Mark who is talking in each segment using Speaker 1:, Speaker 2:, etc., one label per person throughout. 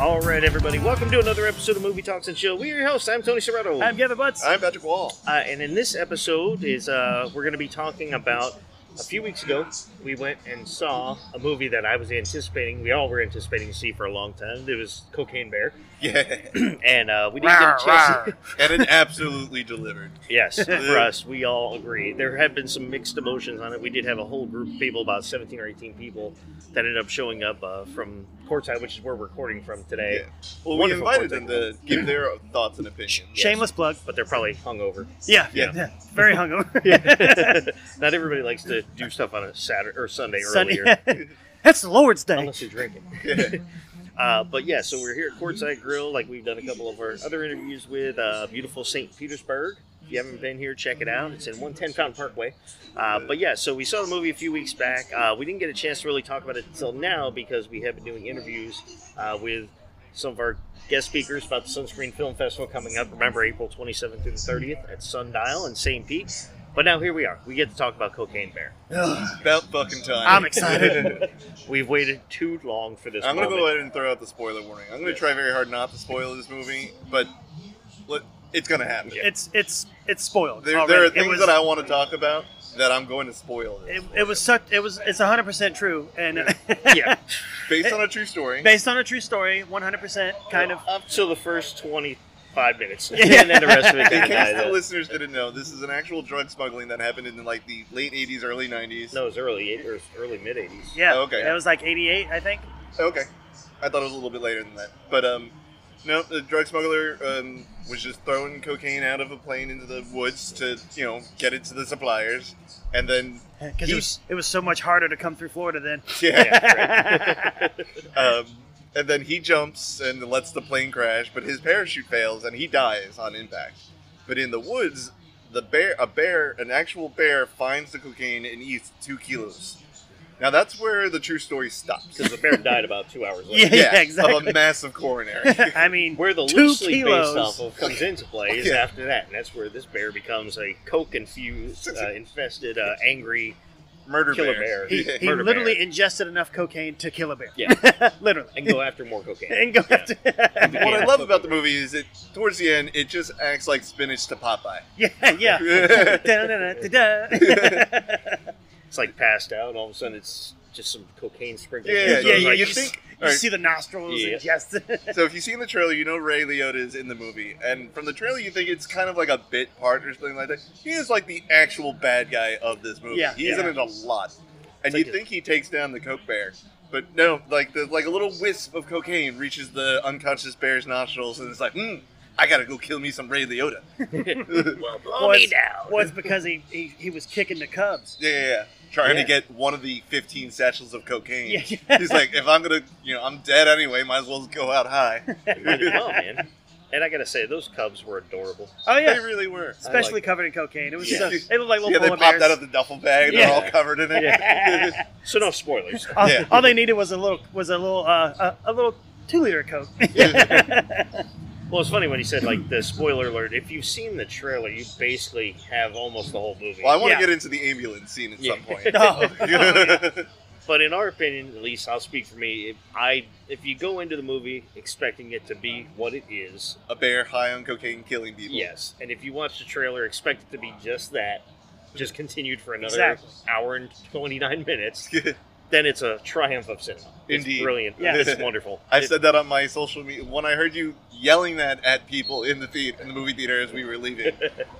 Speaker 1: All right, everybody, welcome to another episode of Movie Talks and Chill. We are your hosts. I'm Tony Serrato.
Speaker 2: I'm Gavin Butts.
Speaker 3: I'm Patrick Wall.
Speaker 1: uh, and in this episode is uh, we're going to be talking about a few weeks ago we went and saw a movie that I was anticipating. We all were anticipating to see for a long time. It was Cocaine Bear,
Speaker 3: Yeah,
Speaker 1: and uh, we didn't get a chance.
Speaker 3: and it absolutely delivered.
Speaker 1: Yes, for us, we all agree. There have been some mixed emotions on it. We did have a whole group of people, about 17 or 18 people, that ended up showing up uh, from Courtside, which is where we're recording from today.
Speaker 3: Well, we
Speaker 1: Wonderful
Speaker 3: invited
Speaker 1: quartet.
Speaker 3: them to give their thoughts and opinions.
Speaker 2: Shameless plug.
Speaker 1: But they're probably hungover.
Speaker 2: Yeah,
Speaker 3: Yeah.
Speaker 2: yeah, yeah. Very hungover.
Speaker 1: Not everybody likes to do stuff on a Saturday or Sunday
Speaker 2: Sunday.
Speaker 1: earlier,
Speaker 2: That's the Lord's Day.
Speaker 1: unless you're drinking.
Speaker 3: Yeah.
Speaker 1: Uh, but yeah, so we're here at Courtside Grill, like we've done a couple of our other interviews with uh, beautiful St. Petersburg. If you haven't been here, check it out. It's in 110 Fountain Parkway. Uh, but yeah, so we saw the movie a few weeks back. Uh, we didn't get a chance to really talk about it until now because we have been doing interviews uh, with some of our guest speakers about the Sunscreen Film Festival coming up. Remember, April 27th through the 30th at Sundial in St. Pete. But now here we are. We get to talk about Cocaine Bear.
Speaker 3: About fucking time.
Speaker 2: I'm excited.
Speaker 1: We've waited too long for this.
Speaker 3: I'm gonna
Speaker 1: moment.
Speaker 3: go ahead and throw out the spoiler warning. I'm gonna try very hard not to spoil this movie, but let- it's gonna happen.
Speaker 2: It's it's it's spoiled.
Speaker 3: There,
Speaker 2: already.
Speaker 3: there are
Speaker 2: Oh, it
Speaker 3: things
Speaker 2: was,
Speaker 3: that I want to talk about that I'm going to spoil.
Speaker 2: It, it was such. It was. It's 100 percent true, and
Speaker 1: yeah.
Speaker 3: based
Speaker 2: it-
Speaker 3: on a true story.
Speaker 2: based on a true story, 100 percent kind of.
Speaker 1: up till the first 25 minutes and then the rest of it
Speaker 3: In
Speaker 1: kinda
Speaker 3: case
Speaker 1: died
Speaker 3: the
Speaker 1: out.
Speaker 3: listeners didn't know, this is an actual drug smuggling that happened in like the late '80s, early '90s.
Speaker 1: no it was early eight- or early mid 80s
Speaker 2: Yeah.
Speaker 3: Oh, okay.
Speaker 2: It was like 88, I think.
Speaker 3: Okay, I thought it was a little bit later than that, but um, no, the drug smuggler um, was just throwing cocaine out of a plane into the woods to you know get it to the suppliers, and then
Speaker 2: Because
Speaker 3: He-
Speaker 2: it was it was so much harder to come through Florida then.
Speaker 3: yeah,
Speaker 1: yeah, right.
Speaker 3: um, and then he jumps and lets the plane crash, but his parachute fails and he dies on impact. But in the woods, the bear, a bear, an actual bear finds the cocaine and eats two kilos. Now that's where the true story stops.
Speaker 1: because the bear died about two hours later
Speaker 2: Yeah,
Speaker 3: Of
Speaker 2: exactly.
Speaker 3: a massive coronary.
Speaker 2: I mean,
Speaker 1: where the
Speaker 2: Two
Speaker 1: loosely
Speaker 2: kilos.
Speaker 1: based off of comes into play is
Speaker 3: Yeah.
Speaker 1: after that and that's where this bear becomes a coke infused uh, infested uh, angry
Speaker 3: Murder
Speaker 1: Killer bear.
Speaker 2: he,
Speaker 3: Yeah.
Speaker 2: he
Speaker 1: Murder
Speaker 2: literally
Speaker 1: bear.
Speaker 2: ingested enough cocaine to kill a bear.
Speaker 1: yeah
Speaker 2: literally.
Speaker 1: and go after more cocaine
Speaker 2: And go
Speaker 1: Yeah.
Speaker 2: after.
Speaker 3: What
Speaker 1: Yeah.
Speaker 3: I love about the movie is it towards the end it just acts like spinach to Popeye.
Speaker 2: Yeah, yeah. Da-da-da-da-da.
Speaker 1: it's like passed out and all of a sudden it's just some cocaine sprinkled
Speaker 3: Yeah,
Speaker 1: in, so
Speaker 2: yeah,
Speaker 1: it's
Speaker 2: yeah,
Speaker 1: like,
Speaker 2: you
Speaker 3: you think-
Speaker 2: You
Speaker 3: Alright.
Speaker 2: see the nostrils
Speaker 1: Yeah.
Speaker 2: and just
Speaker 3: So if you see in the trailer, you know Ray Liotta is in the movie, and from the trailer you think it's kind of like a bit part or something like that. He is like the actual bad guy of this movie.
Speaker 2: Yeah,
Speaker 3: he's
Speaker 1: yeah.
Speaker 3: in it a lot,
Speaker 1: It's
Speaker 3: and you
Speaker 1: like a-
Speaker 3: think he takes down the Coke Bear, but no, like the like a little wisp of cocaine reaches the unconscious bear's nostrils, and it's like, hmm, I gotta go kill me some Ray Liotta.
Speaker 1: well blow
Speaker 2: was,
Speaker 1: me down
Speaker 2: was because he, he he was kicking the Cubs.
Speaker 3: Yeah, yeah, yeah. Trying
Speaker 1: Yeah.
Speaker 3: to get one of the 15 satchels of cocaine.
Speaker 2: Yeah, yeah.
Speaker 3: He's like, if I'm gonna, you know, I'm dead anyway. Might as well go out high.
Speaker 1: Might as well, "Oh, man and I gotta say those cubs were adorable
Speaker 2: Oh
Speaker 3: They
Speaker 2: yeah,
Speaker 3: really were.
Speaker 2: especially
Speaker 1: like-
Speaker 2: covered in cocaine. It was
Speaker 3: Yeah.
Speaker 2: so, they looked like little
Speaker 3: Yeah, they
Speaker 2: polar
Speaker 3: popped
Speaker 2: bears.
Speaker 3: out of the duffel bag and
Speaker 2: Yeah.
Speaker 3: they're all covered in it.
Speaker 2: Yeah.
Speaker 1: so no spoilers
Speaker 2: all,
Speaker 3: yeah.
Speaker 2: all they needed was a little was a little uh, a, a little two liter Coke.
Speaker 1: Well, it's funny when he said like the spoiler alert. If you've seen the trailer, you basically have almost the whole movie.
Speaker 3: Well, I want
Speaker 2: Yeah.
Speaker 3: to get into the ambulance scene at
Speaker 1: Yeah.
Speaker 3: some point.
Speaker 2: Oh, yeah.
Speaker 1: but in our opinion, at least I'll speak for me. If I if you go into the movie expecting it to be what it is,
Speaker 3: A bear high on cocaine killing people.
Speaker 1: yes, and if you watch the trailer, expect it to be just that, just continued for another
Speaker 2: Exactly.
Speaker 1: hour and twenty nine minutes, then it's a triumph of cinema. It's
Speaker 3: Indeed.
Speaker 1: brilliant.
Speaker 2: Yeah.
Speaker 1: it's wonderful.
Speaker 3: I
Speaker 1: It-
Speaker 3: said that on my social media when I heard you yelling that at people in the theater, in the movie theater as we were leaving.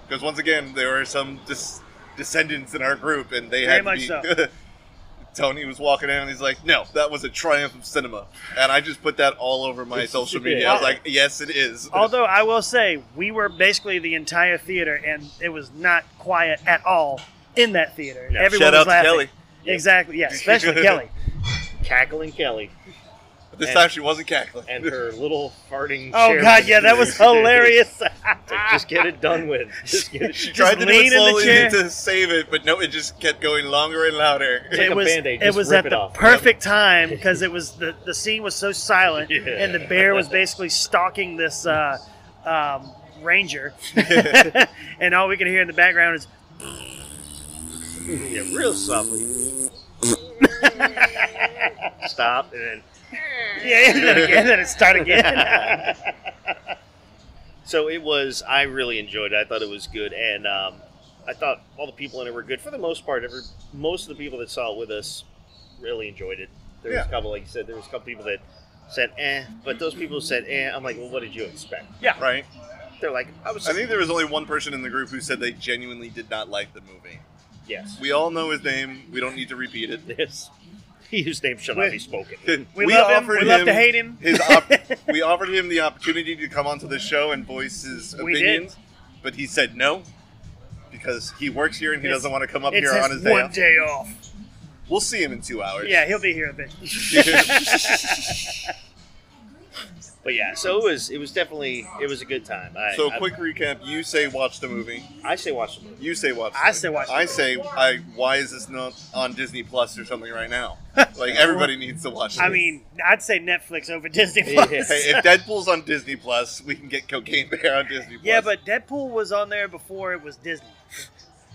Speaker 3: Because once again, there were some dis- descendants in our group, and they
Speaker 2: Very
Speaker 3: had to
Speaker 2: much
Speaker 3: be.
Speaker 2: so.
Speaker 3: Tony was walking in, and he's like, "No, that was a triumph of cinema," and I just put that all over my
Speaker 1: It's-
Speaker 3: social media. I was like, "Yes, it is."
Speaker 2: Although I will say, we were basically the entire theater, and it was not quiet at all in that theater.
Speaker 1: No.
Speaker 2: Everyone was
Speaker 3: Shout out to
Speaker 2: laughing.
Speaker 3: Kelly.
Speaker 2: Exactly. Yeah, especially Kelly.
Speaker 1: cackling Kelly
Speaker 3: But this
Speaker 1: And-
Speaker 3: time she wasn't cackling.
Speaker 1: and her little farting.
Speaker 2: Oh
Speaker 1: chair-
Speaker 2: God, yeah, that was hilarious.
Speaker 1: Like, just get it done with. Just get it.
Speaker 3: she tried to do
Speaker 2: lean in
Speaker 3: it
Speaker 2: the
Speaker 3: slowly
Speaker 2: chair.
Speaker 3: to save it, but no, it just kept going longer and louder.
Speaker 1: like a
Speaker 2: it was
Speaker 1: Band-Aid,
Speaker 2: it
Speaker 1: just
Speaker 2: was
Speaker 1: rip
Speaker 2: at
Speaker 1: it
Speaker 2: the
Speaker 1: off.
Speaker 2: perfect time because it was the the scene was so silent,
Speaker 1: Yeah.
Speaker 2: and the bear was basically stalking this uh, um, ranger, and all we can hear in the background is
Speaker 1: Yeah, real softly. stop, and then
Speaker 2: yeah, and then again, then it start again.
Speaker 1: so it was. I really enjoyed it. I thought it was good, and um, I thought all the people in it were good for the most part. Every most of the people that saw it with us really enjoyed it. There was
Speaker 3: Yeah.
Speaker 1: a couple, like you said, there was a couple people that said eh, but those people who said eh. I'm like, well, what did you expect?
Speaker 3: Right.
Speaker 1: They're like, I was.
Speaker 3: I think there was only one person in the group who said they genuinely did not like the movie.
Speaker 1: yes.
Speaker 3: We all know his name. We don't need to repeat it.
Speaker 1: This. His name shall not be spoken.
Speaker 2: We, love him. We
Speaker 3: offered
Speaker 2: love to hate him.
Speaker 3: His op- we offered him the opportunity to come onto the show and voice his
Speaker 2: We did.
Speaker 3: opinions, but he said no because he works here and he
Speaker 2: It's-
Speaker 3: doesn't want to come up
Speaker 2: it's
Speaker 3: here
Speaker 2: his
Speaker 3: on his day.
Speaker 2: one
Speaker 3: off.
Speaker 2: day off.
Speaker 3: We'll see him in two hours.
Speaker 2: Yeah, he'll be here a bit.
Speaker 1: But yeah, so it was. It was definitely. It was a good time. I,
Speaker 3: so,
Speaker 1: I-
Speaker 3: quick recap: you say watch the movie.
Speaker 1: I say watch the movie.
Speaker 3: You say watch. The
Speaker 2: I
Speaker 3: movie.
Speaker 2: say watch the
Speaker 3: I
Speaker 2: movie.
Speaker 3: say I. Why is this not on Disney Plus or something right now? Like everybody needs to watch.
Speaker 2: I
Speaker 3: this.
Speaker 2: mean, I'd say Netflix over Disney
Speaker 1: Yeah.
Speaker 2: Plus.
Speaker 3: Hey, if Deadpool's on Disney Plus, we can get Cocaine Bear on Disney Plus.
Speaker 2: yeah, but Deadpool was on there before it was Disney.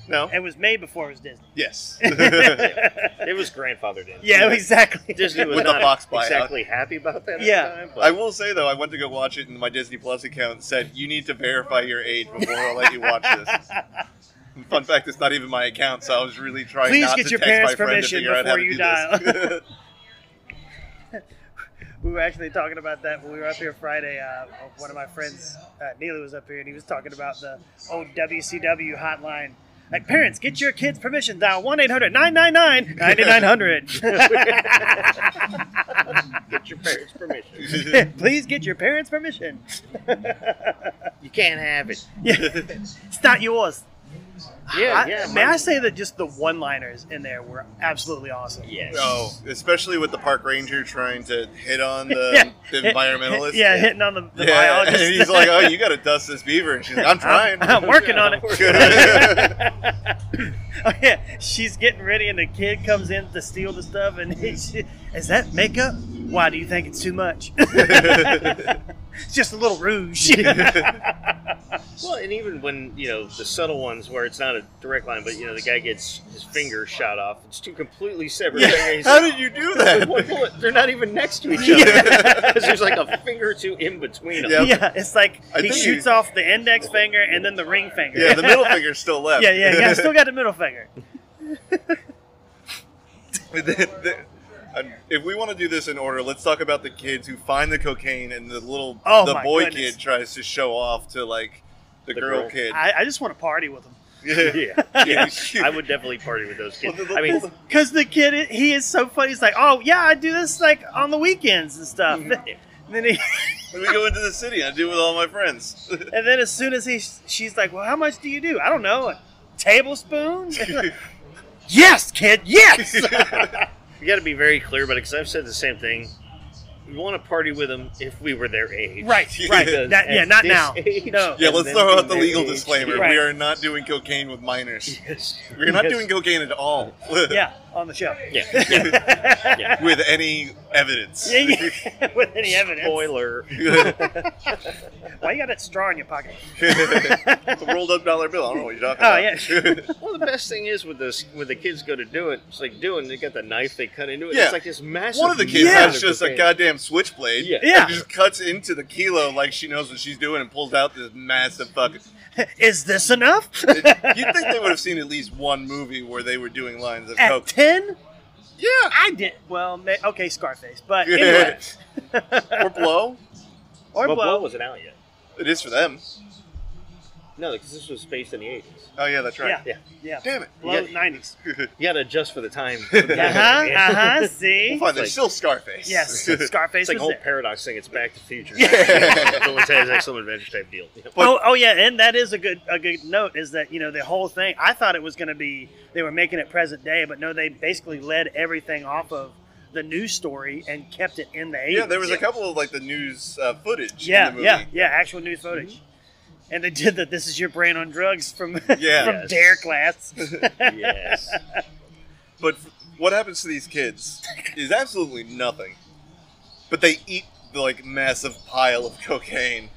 Speaker 3: no.
Speaker 2: It was made before it was Disney.
Speaker 3: Yes.
Speaker 1: It was grandfathered in.
Speaker 2: yeah, exactly.
Speaker 1: Disney was
Speaker 3: With the
Speaker 1: not
Speaker 3: box buyout.
Speaker 1: exactly happy about that.
Speaker 2: Yeah.
Speaker 1: at the time, but
Speaker 3: I will say though, I went to go watch it, and my Disney Plus account said you need to verify your age before I'll let you watch this. Fun fact: it's not even my account, so I was really trying.
Speaker 2: Please
Speaker 3: not
Speaker 2: get
Speaker 3: to
Speaker 2: your
Speaker 3: text
Speaker 2: parents'
Speaker 3: my friend to
Speaker 2: permission
Speaker 3: figure out how to
Speaker 2: before
Speaker 3: do
Speaker 2: you
Speaker 3: this.
Speaker 2: we were actually talking about that when we were up here Friday. Uh, one of my friends, uh, Neely, was up here and he was talking about the old WCW hotline. Like, parents, get your kids' permission. Dial 1 800 999 9900.
Speaker 1: get your parents' permission.
Speaker 2: Please get your parents' permission.
Speaker 1: You can't have it.
Speaker 2: Yeah. it's not yours.
Speaker 1: Yeah,
Speaker 2: I-
Speaker 1: yeah.
Speaker 2: May I
Speaker 1: mine-
Speaker 2: say that just the one liners in there were absolutely awesome?
Speaker 1: Yes.
Speaker 3: oh, especially with the park ranger trying to hit on the, the
Speaker 2: hit-
Speaker 3: environmentalist.
Speaker 2: Yeah, hitting on the, the
Speaker 3: Yeah,
Speaker 2: biologist.
Speaker 3: and he's like, "Oh, you got to dust this beaver," and she's like, "I'm trying."
Speaker 2: I'm, I'm working on it.
Speaker 3: Good.
Speaker 2: Oh, yeah, she's getting ready, and the kid comes in to steal the stuff, and
Speaker 3: Mm-hmm.
Speaker 2: he, she, is that makeup? Why do you think it's too much? it's just a little rouge.
Speaker 1: Well, and even when you know the subtle ones where it's not a direct line, but you know the guy gets his finger shot off. It's two completely separate fingers.
Speaker 3: How did you do that?
Speaker 1: What- what- They're not even next to each other. 'Cause there's like a finger or two in between them.
Speaker 3: Yeah.
Speaker 2: yeah, it's like
Speaker 3: I
Speaker 2: he
Speaker 3: think
Speaker 2: shoots
Speaker 3: you-
Speaker 2: off the index finger and then the ring finger.
Speaker 3: yeah, the middle finger's still left.
Speaker 2: yeah, yeah, yeah. I still got the middle finger.
Speaker 3: The- the- um, if we want to do this in order, let's talk about the kids who find the cocaine and the little
Speaker 2: Oh,
Speaker 3: the
Speaker 2: my
Speaker 3: boy
Speaker 2: goodness.
Speaker 3: kid tries to show off to like the,
Speaker 1: The
Speaker 3: girl,
Speaker 1: girl.
Speaker 3: kid.
Speaker 2: I, I just want to party with him
Speaker 3: yeah.
Speaker 1: yeah. I would definitely party with those kids. I mean,
Speaker 2: because the kid he is so funny. He's like, oh yeah, I do this like on the weekends and stuff.
Speaker 3: Mm-hmm.
Speaker 2: And then he.
Speaker 3: When we go into the city, I do it with all my friends.
Speaker 2: And then as soon as he, she's like, "Well, how much do you do?" I don't know, a tablespoon. yes, kid. Yes.
Speaker 1: You got to be very clear about it because I've said the same thing. We want to party with them if we were their age.
Speaker 2: right. Right.
Speaker 3: Because
Speaker 2: That- yeah.
Speaker 1: at
Speaker 2: Not
Speaker 1: this
Speaker 2: now.
Speaker 1: age-
Speaker 2: No.
Speaker 3: yeah,
Speaker 1: And
Speaker 3: let's
Speaker 1: then
Speaker 3: throw out
Speaker 1: from
Speaker 3: the
Speaker 1: their
Speaker 3: legal
Speaker 1: age-
Speaker 3: disclaimer.
Speaker 2: Right.
Speaker 3: We are not doing cocaine with minors.
Speaker 1: Yes.
Speaker 3: We're not
Speaker 1: Yes.
Speaker 3: doing cocaine at all.
Speaker 2: Yeah. On the show.
Speaker 1: Yeah. yeah.
Speaker 3: with any evidence.
Speaker 2: Yeah, yeah. With any evidence.
Speaker 1: Spoiler.
Speaker 2: Why you got that straw in your pocket?
Speaker 3: it's a rolled up dollar bill. I don't know what you're talking
Speaker 2: Oh,
Speaker 3: about. Yeah.
Speaker 1: Well, the best thing is with this, when the kids go to do it, it's like doing. They got the knife, they cut into it.
Speaker 3: Yeah.
Speaker 1: It's like this massive.
Speaker 3: One of the kids
Speaker 1: mound
Speaker 3: has
Speaker 1: of
Speaker 3: just a
Speaker 1: cocaine.
Speaker 3: goddamn switchblade.
Speaker 1: Yeah.
Speaker 2: Yeah.
Speaker 3: And just cuts into the kilo like she knows what she's doing and pulls out this massive fucking.
Speaker 2: Is this enough?
Speaker 3: You'd think they would have seen at least one movie where they were doing lines of
Speaker 2: At
Speaker 3: coke.
Speaker 2: ten,
Speaker 3: yeah.
Speaker 2: I did. Well, ma- okay, Scarface, but anyway,
Speaker 3: or blow.
Speaker 2: or
Speaker 1: Well, Blow
Speaker 2: blow.
Speaker 1: wasn't out yet.
Speaker 3: It is for them.
Speaker 1: No, because this was based in the eighties.
Speaker 3: Oh yeah, that's right.
Speaker 1: Yeah.
Speaker 2: Yeah.
Speaker 3: Damn it.
Speaker 2: Blow
Speaker 1: Yeah.
Speaker 2: nineties.
Speaker 1: You got to adjust for the time.
Speaker 2: Uh huh. Uh huh. See.
Speaker 3: We'll find there's
Speaker 1: Like-
Speaker 3: still Scarface.
Speaker 2: Yes.
Speaker 1: It's
Speaker 2: Scarface
Speaker 1: like a
Speaker 2: was
Speaker 1: whole
Speaker 2: there.
Speaker 1: paradox thing. It's Back to the Future.
Speaker 3: Yeah.
Speaker 1: Bill and Ted's Excellent Adventure type deal. Yeah.
Speaker 3: But-
Speaker 2: oh, oh yeah, and that is a good a good note is that you know the whole thing. I thought it was going to be they were making it present day, but no, they basically led everything off of the news story and kept it in the 80s.
Speaker 3: yeah, there was a couple of like the news uh, footage.
Speaker 2: Yeah,
Speaker 3: in the movie.
Speaker 2: yeah, yeah, actual news footage. Mm-hmm. And they did the "This is your brain on drugs" from
Speaker 3: Yeah.
Speaker 2: from
Speaker 1: Yes.
Speaker 2: Dare class.
Speaker 1: Yes.
Speaker 3: But f- what happens to these kids is absolutely nothing. But they eat the like massive pile of cocaine,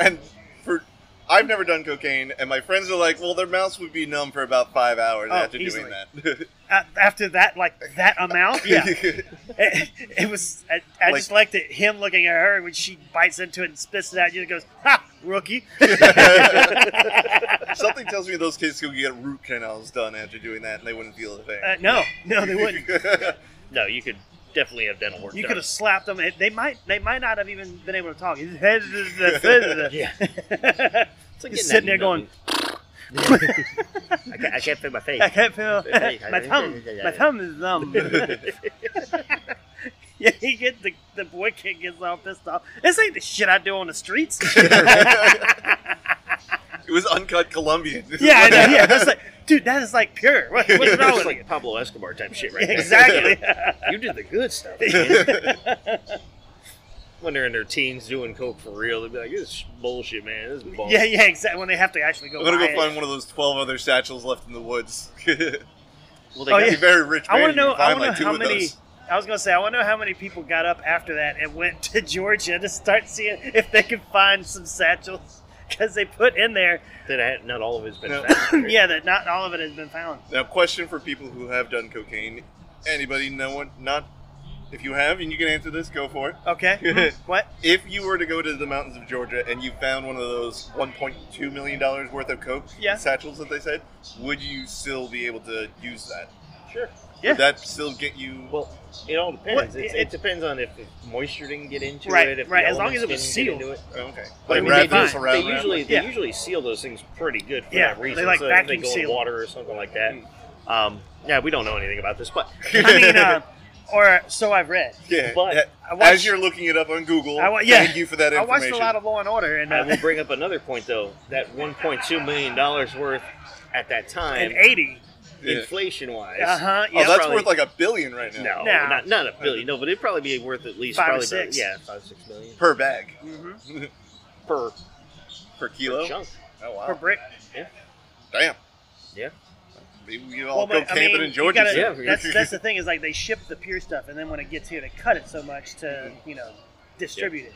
Speaker 3: and for I've never done cocaine, and my friends are like, "Well, their mouths would be numb for about five hours
Speaker 2: Oh,
Speaker 3: after
Speaker 2: easily.
Speaker 3: doing
Speaker 2: A- after that, like that amount, yeah,
Speaker 3: that."
Speaker 2: it, it was. I, I just liked it. Him looking at her when she bites into it and spits it out. You goes, ha, rookie. uh,
Speaker 3: Something tells me those kids could get root canals done after doing that, and they wouldn't feel a thing.
Speaker 2: no, Uh, no, they wouldn't.
Speaker 1: No, you could definitely have dental work.
Speaker 2: You
Speaker 1: done.
Speaker 2: could have slapped them. It- They might. They might not have even been able to talk.
Speaker 1: Yeah. It's like
Speaker 2: Just
Speaker 1: getting
Speaker 2: sitting there
Speaker 1: that
Speaker 2: going,
Speaker 1: nut. I, can't, I can't fit my face.
Speaker 2: I can't feel my thumb. My thumb is numb. yeah, he get the the boy kid gets all pissed off. This ain't the shit I do on the streets.
Speaker 3: it was uncut Colombian.
Speaker 2: Yeah, I know, yeah. That's like, dude, that is like pure. What, what's
Speaker 1: It's
Speaker 2: wrong with
Speaker 1: like
Speaker 2: like,
Speaker 1: Pablo Escobar type shit right there.
Speaker 2: Exactly.
Speaker 1: You did the good stuff. Man. when they're in their teens doing coke for real, they'd be like, "This is bullshit, man. This is bull."
Speaker 2: yeah, yeah, exactly. When they have to actually go.
Speaker 3: I'm gonna
Speaker 2: buy
Speaker 3: go
Speaker 2: it.
Speaker 3: find one of those twelve other satchels left in the woods.
Speaker 1: Well, they
Speaker 2: Oh,
Speaker 1: got
Speaker 3: You're
Speaker 2: yeah.
Speaker 3: a very rich.
Speaker 2: I
Speaker 3: man
Speaker 2: want
Speaker 3: if
Speaker 2: to
Speaker 3: you
Speaker 2: know.
Speaker 3: find,
Speaker 2: I want to
Speaker 3: like, two
Speaker 2: know how
Speaker 3: of
Speaker 2: many.
Speaker 3: those.
Speaker 2: I was gonna say. I want to know how many people got up after that and went to Georgia to start seeing if they could find some satchels because they put in there.
Speaker 1: that had not all of it's been
Speaker 3: No.
Speaker 1: found.
Speaker 2: Yeah, that not all of it has been found.
Speaker 3: Now, question for people who have done cocaine. Anybody? No one. Not. If you have, and you can answer this, go for it.
Speaker 2: Okay. Hmm. what?
Speaker 3: If you were to go to the mountains of Georgia and you found one of those 1.2 million dollars worth of coke
Speaker 2: Yeah.
Speaker 3: satchels that they said, would you still be able to use that?
Speaker 1: sure.
Speaker 2: Yeah.
Speaker 3: Would that still get you?
Speaker 1: Well, it all
Speaker 2: What-
Speaker 1: depends. It's, it,
Speaker 2: it-
Speaker 1: depends on if, if moisture didn't get into
Speaker 2: Right,
Speaker 1: it. If the
Speaker 2: right, as long
Speaker 1: elements
Speaker 2: as it
Speaker 1: didn't
Speaker 2: was
Speaker 1: get into it.
Speaker 3: Oh, okay.
Speaker 1: But I
Speaker 3: Like
Speaker 1: mean, they,
Speaker 3: wrap
Speaker 1: do,
Speaker 3: this
Speaker 2: fine.
Speaker 3: around.
Speaker 1: they
Speaker 3: wrap
Speaker 1: usually
Speaker 3: it.
Speaker 1: they
Speaker 2: Yeah.
Speaker 1: usually seal those things pretty good for
Speaker 2: Yeah,
Speaker 1: that
Speaker 2: they,
Speaker 1: reason.
Speaker 2: like,
Speaker 1: so if they
Speaker 2: vacuum
Speaker 1: go in
Speaker 2: seal. Hmm.
Speaker 1: water or something like that. Um, yeah, we don't know anything about this, but
Speaker 2: I mean, uh, or so I've read.
Speaker 3: yeah.
Speaker 1: but
Speaker 3: yeah.
Speaker 2: I watched-
Speaker 3: As you're looking it up on Google,
Speaker 2: I wa- yeah.
Speaker 3: thank you for that
Speaker 2: I
Speaker 3: information.
Speaker 2: watched a lot of Law and Order and
Speaker 1: I
Speaker 2: uh,
Speaker 1: will bring up another point though. That 1.2 million dollars worth at that time,
Speaker 2: and eighty.
Speaker 3: Yeah.
Speaker 1: inflation wise.
Speaker 2: Uh huh.
Speaker 3: Oh,
Speaker 2: Yeah.
Speaker 3: that's
Speaker 1: probably-
Speaker 3: worth like a billion right now.
Speaker 1: No,
Speaker 2: No.
Speaker 1: not not a billion. No, but it'd probably be worth at least
Speaker 2: Five or
Speaker 1: probably
Speaker 2: six.
Speaker 1: About, yeah, five six million
Speaker 3: Per bag.
Speaker 2: hmm
Speaker 1: per,
Speaker 3: Per
Speaker 1: per
Speaker 3: kilo.
Speaker 1: chunk.
Speaker 3: oh wow.
Speaker 2: For brick.
Speaker 3: Damn.
Speaker 1: Yeah.
Speaker 3: Maybe we all
Speaker 2: Well,
Speaker 3: go
Speaker 2: but, I
Speaker 3: camping
Speaker 2: mean,
Speaker 3: in
Speaker 2: you
Speaker 3: Oh, Georgia.
Speaker 2: gotta-
Speaker 1: Yeah.
Speaker 3: soon.
Speaker 2: That's that's the thing is like they ship the pure stuff, and then when it gets here, they cut it so much to
Speaker 3: Mm-hmm.
Speaker 2: you know distribute it.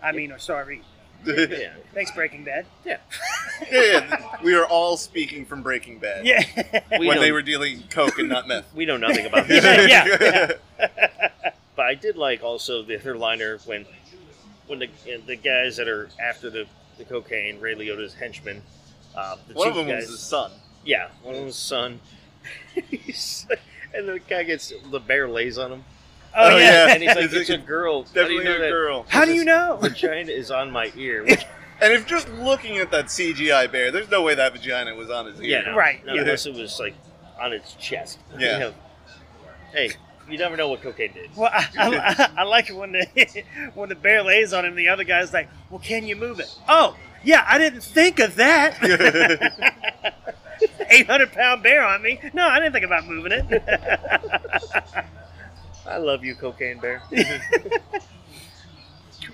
Speaker 2: I mean, or sorry.
Speaker 3: yeah,
Speaker 1: Yeah,
Speaker 2: Thanks, Breaking Bad.
Speaker 3: yeah. We are all speaking from Breaking Bad.
Speaker 2: Yeah.
Speaker 1: we
Speaker 3: when
Speaker 1: know,
Speaker 3: they were dealing coke and not meth.
Speaker 1: we know nothing about this.
Speaker 2: Yeah, yeah,
Speaker 1: But I did like also the headliner when when the the guys that are after the, the cocaine, Ray Liotta's henchmen. Uh, the
Speaker 3: One of
Speaker 1: two
Speaker 3: them was
Speaker 1: guys-
Speaker 3: his son.
Speaker 1: Yeah, one of them's son. He's- and the guy gets the bear lays on him,
Speaker 2: Oh,
Speaker 3: Oh,
Speaker 2: yeah.
Speaker 3: yeah.
Speaker 1: and he's like,
Speaker 3: It's a-
Speaker 1: "It's a girl. How do
Speaker 3: Definitely
Speaker 1: you know
Speaker 3: a
Speaker 1: that
Speaker 3: girl.
Speaker 2: How do you know?
Speaker 1: Vagina is on my ear." Which,
Speaker 3: And if just looking at that CGI bear, there's no way that vagina was on his
Speaker 1: yeah,
Speaker 3: ear.
Speaker 1: no,
Speaker 2: Right,
Speaker 1: no,
Speaker 3: yeah.
Speaker 1: Unless it was like on its chest. You
Speaker 3: Yeah.
Speaker 1: know. hey, you never know what cocaine did.
Speaker 2: Well, I, I, I like it when the when the bear lays on him. The other guy's like, "Well, can you move it?" Oh, yeah, I didn't think of that. Eight hundred pound bear on me. No, I didn't think about moving it.
Speaker 1: I love you, cocaine bear.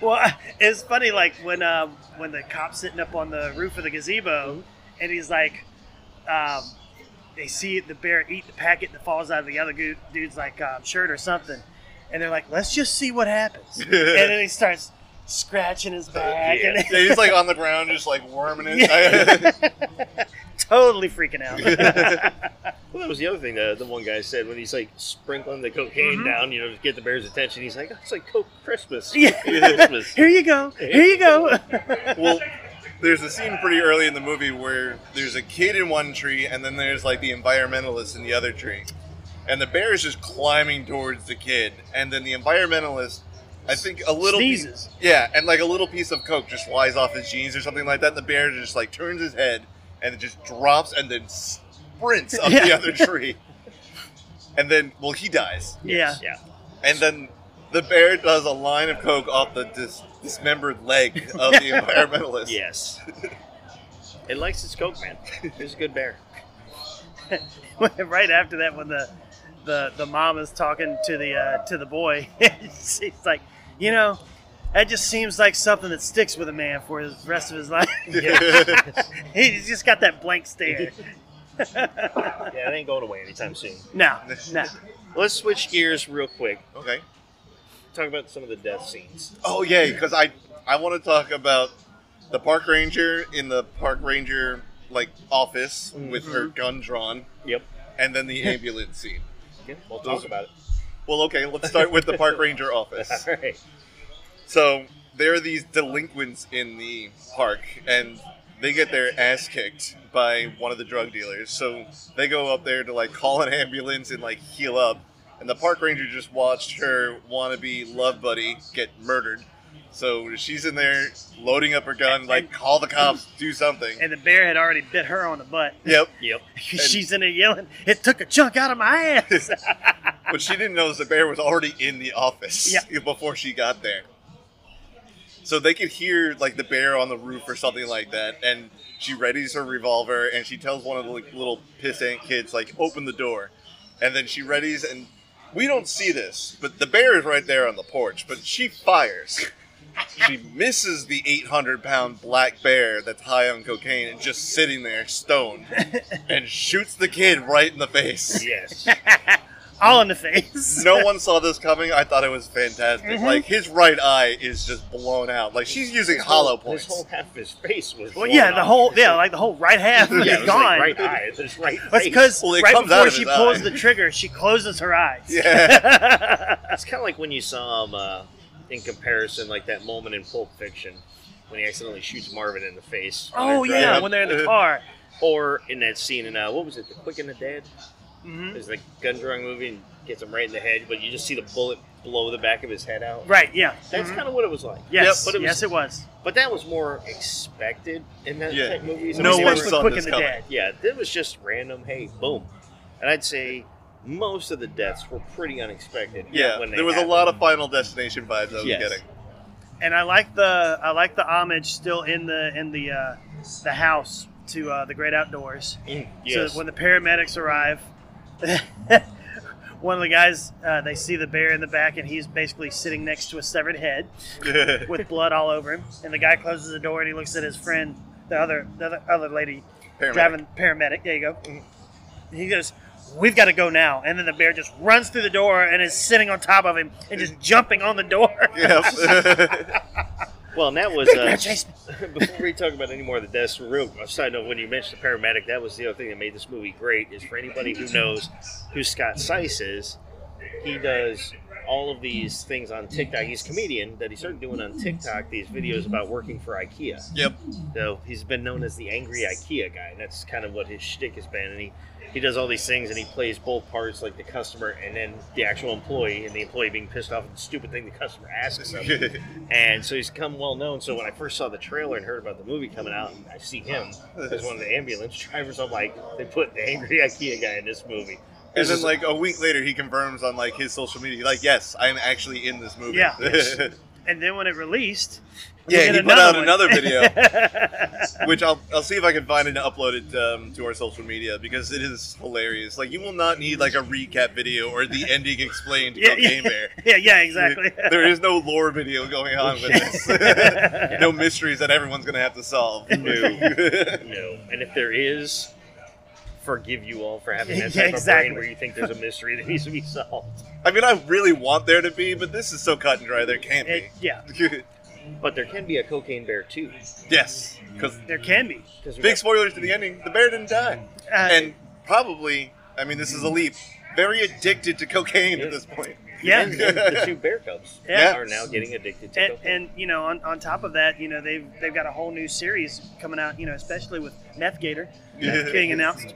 Speaker 2: Well, I- it's funny, like when uh, when the cop's sitting up on the roof of the gazebo, and he's like, um, they see the bear eat the packet that falls out of the other goo- dude's like um, shirt or something, and they're like, let's just see what happens, and then he starts scratching his back
Speaker 1: Yeah.
Speaker 2: and
Speaker 3: Yeah, he's like on the ground, just like worming it.
Speaker 2: totally freaking out.
Speaker 1: Well, that was the other thing that the one guy said when he's like sprinkling the cocaine
Speaker 2: Mhm.
Speaker 1: down, you know, to get the bear's attention. He's like, oh, "It's like Coke Christmas."
Speaker 2: Yeah.
Speaker 1: Christmas.
Speaker 2: Here you go. Here you go.
Speaker 3: well, there's a scene pretty early in the movie where there's a kid in one tree, and then there's like the environmentalist in the other tree, and the bear is just climbing towards the kid, and then the environmentalist, I think a little piece-
Speaker 2: Sneezes.
Speaker 3: yeah, and like a little piece of coke just flies off his jeans or something like that. And the bear just like turns his head and it just drops and then sprints up the
Speaker 2: Yeah.
Speaker 3: other tree, and then well he dies.
Speaker 2: Yeah.
Speaker 1: yeah.
Speaker 3: And then the bear does a line of coke off the dis- dismembered leg of the environmentalist.
Speaker 1: Yes. It likes its coke, man. It's a good bear.
Speaker 2: right after that when the the the mom is talking to the uh, to the boy she's like you know that just seems like something that sticks with a man for his rest of his life he's just got that blank stare
Speaker 1: Yeah, it ain't going away anytime soon.
Speaker 2: no no
Speaker 1: Let's switch gears real quick.
Speaker 3: okay.
Speaker 1: Talk about some of the death scenes.
Speaker 3: Oh yeah, because I I want to talk about the park ranger in the park ranger like office with her gun drawn,
Speaker 1: Yep.
Speaker 3: and then the ambulance scene.
Speaker 1: Yeah, we'll talk about it.
Speaker 3: Well, okay, let's start with the park ranger office.
Speaker 1: All right.
Speaker 3: So there are these delinquents in the park, and they get their ass kicked by one of the drug dealers. So they go up there to like call an ambulance and like heal up. And the park ranger just watched her wannabe love buddy get murdered. So she's in there loading up her gun, like call the cops, do something.
Speaker 2: And the bear had already bit her on the butt.
Speaker 3: Yep.
Speaker 1: Yep.
Speaker 2: She's in there yelling, "It took a chunk out of my ass."
Speaker 3: But she didn't notice the bear was already in the office
Speaker 2: Yeah.
Speaker 3: before she got there. So they could hear like the bear on the roof or something like that, and she readies her revolver and she tells one of the like, little pissant kids like open the door, and then she readies and we don't see this, but the bear is right there on the porch, but she fires. she misses the 800 pound black bear that's high on cocaine and just sitting there stoned and shoots the kid right in the face
Speaker 1: Yes.
Speaker 2: All in the face.
Speaker 3: no one saw this coming. I thought it was fantastic.
Speaker 2: Mhm.
Speaker 3: Like his right eye is just blown out. Like she's using hollow
Speaker 1: His
Speaker 3: points.
Speaker 1: whole half of his face was.
Speaker 2: Well,
Speaker 1: blown
Speaker 2: yeah, the
Speaker 1: off.
Speaker 2: whole yeah, like the whole right half
Speaker 3: Yeah,
Speaker 1: yeah,
Speaker 2: is
Speaker 1: it was
Speaker 2: gone.
Speaker 1: Like right eye. It was right.
Speaker 2: That's
Speaker 1: face.
Speaker 2: because
Speaker 3: Well, it
Speaker 2: right
Speaker 3: comes out
Speaker 2: before
Speaker 3: of
Speaker 2: she
Speaker 3: his
Speaker 2: pulls
Speaker 3: eye.
Speaker 2: the trigger, she closes her eyes.
Speaker 3: yeah,
Speaker 1: It's kind of like when you saw him uh, in comparison, like that moment in Pulp Fiction when he accidentally shoots Marvin in the face. when
Speaker 2: oh
Speaker 1: they're driving.
Speaker 2: yeah,
Speaker 3: drunk.
Speaker 2: when they're in the
Speaker 3: Uh,
Speaker 2: car.
Speaker 1: Or in that scene in uh, what was it, The Quick and the Dead?
Speaker 2: hmm
Speaker 1: There's the gun drawing movie and gets him right in the head, but you just see the bullet blow the back of his head out.
Speaker 2: Right. Yeah.
Speaker 1: That's
Speaker 2: Mhm.
Speaker 1: kind of what it was like. Yep,
Speaker 2: Yes.
Speaker 1: but it was-
Speaker 2: yes, it was.
Speaker 1: But that was more expected in that
Speaker 3: Yeah.
Speaker 1: type movies.
Speaker 3: No
Speaker 1: they
Speaker 3: one
Speaker 1: were-
Speaker 2: Especially
Speaker 3: saw
Speaker 2: Quick
Speaker 3: this
Speaker 2: and the
Speaker 3: coming.
Speaker 2: Dead.
Speaker 1: Yeah, it was just random. Hey, boom, and I'd say most of the deaths were pretty unexpected.
Speaker 3: yeah.
Speaker 1: when they
Speaker 3: There was a
Speaker 1: happened.
Speaker 3: lot of Final Destination vibes I was
Speaker 1: Yes.
Speaker 3: getting.
Speaker 2: And I like the I like the homage still in the in the uh, the house to uh, the great outdoors.
Speaker 1: Mm, yes.
Speaker 2: So when the paramedics arrive, one of the guys uh, they see the bear in the back, and he's basically sitting next to a severed head with blood all over him. And the guy closes the door, and he looks at his friend, the other the other, other lady
Speaker 3: Paramedic.
Speaker 2: driving paramedic. There you go. He goes, "We've got to go now." And then the bear just runs through the door and is sitting on top of him and just jumping on the door.
Speaker 3: Yep.
Speaker 1: well, and that was
Speaker 2: Big bear
Speaker 1: uh,
Speaker 2: chase me.
Speaker 1: before we talk about any more of the deaths. Real a side note: when you mentioned the paramedic, that was the other thing that made this movie great. Is for anybody who knows who Scott Sice is, he does all of these things on TikTok. He's a comedian that he started doing on TikTok. These videos about working for IKEA.
Speaker 3: yep.
Speaker 1: So he's been known as the angry IKEA guy, and that's kind of what his shtick has been. And he, he does all these things, and he plays both parts, like the customer and then the actual employee, and the employee being pissed off at the stupid thing the customer asks him. And so he's come well known. So when I first saw the trailer and heard about the movie coming out, and I see him as one of the ambulance drivers. I'm like, they put the angry IKEA guy in this movie.
Speaker 3: and
Speaker 1: This
Speaker 3: then
Speaker 1: is-
Speaker 3: like a week later, he confirms on like his social media, like, "Yes, I'm actually in this movie."
Speaker 2: Yeah. And then when it released, we
Speaker 3: Yeah,
Speaker 2: get
Speaker 3: he put out
Speaker 2: one.
Speaker 3: another video, which I'll, I'll see if I can find and upload it um, to our social media because it is hilarious. Like, you will not need like a recap video or the ending explained
Speaker 2: Yeah,
Speaker 3: yeah, Game Bear.
Speaker 2: yeah, yeah, exactly.
Speaker 3: There is no lore video going on with this. no mysteries that everyone's going to have to solve.
Speaker 1: No. No. And if there is, forgive you all for having that type
Speaker 2: Yeah,
Speaker 1: of brain
Speaker 2: exactly.
Speaker 1: where you think there's a mystery that needs to be solved.
Speaker 3: I mean, I really want there to be, but this is so cut and dry, there can't
Speaker 2: It-
Speaker 3: be.
Speaker 2: yeah,
Speaker 1: But there can be a cocaine bear too.
Speaker 3: yes, because
Speaker 2: there can be.
Speaker 1: 'Cause we
Speaker 3: big
Speaker 1: got-
Speaker 3: spoilers to the ending the bear didn't die.
Speaker 2: Uh,
Speaker 3: And probably, I mean, this is a leap, very addicted to cocaine at this point.
Speaker 2: yeah,
Speaker 1: and the two bear cubs
Speaker 2: Yeah.
Speaker 1: are now getting addicted to
Speaker 2: and,
Speaker 1: cocaine.
Speaker 2: and you know, on, on top of that, you know, they've they've got a whole new series coming out. You know, especially with Meth Gator
Speaker 3: Yeah.
Speaker 2: being announced.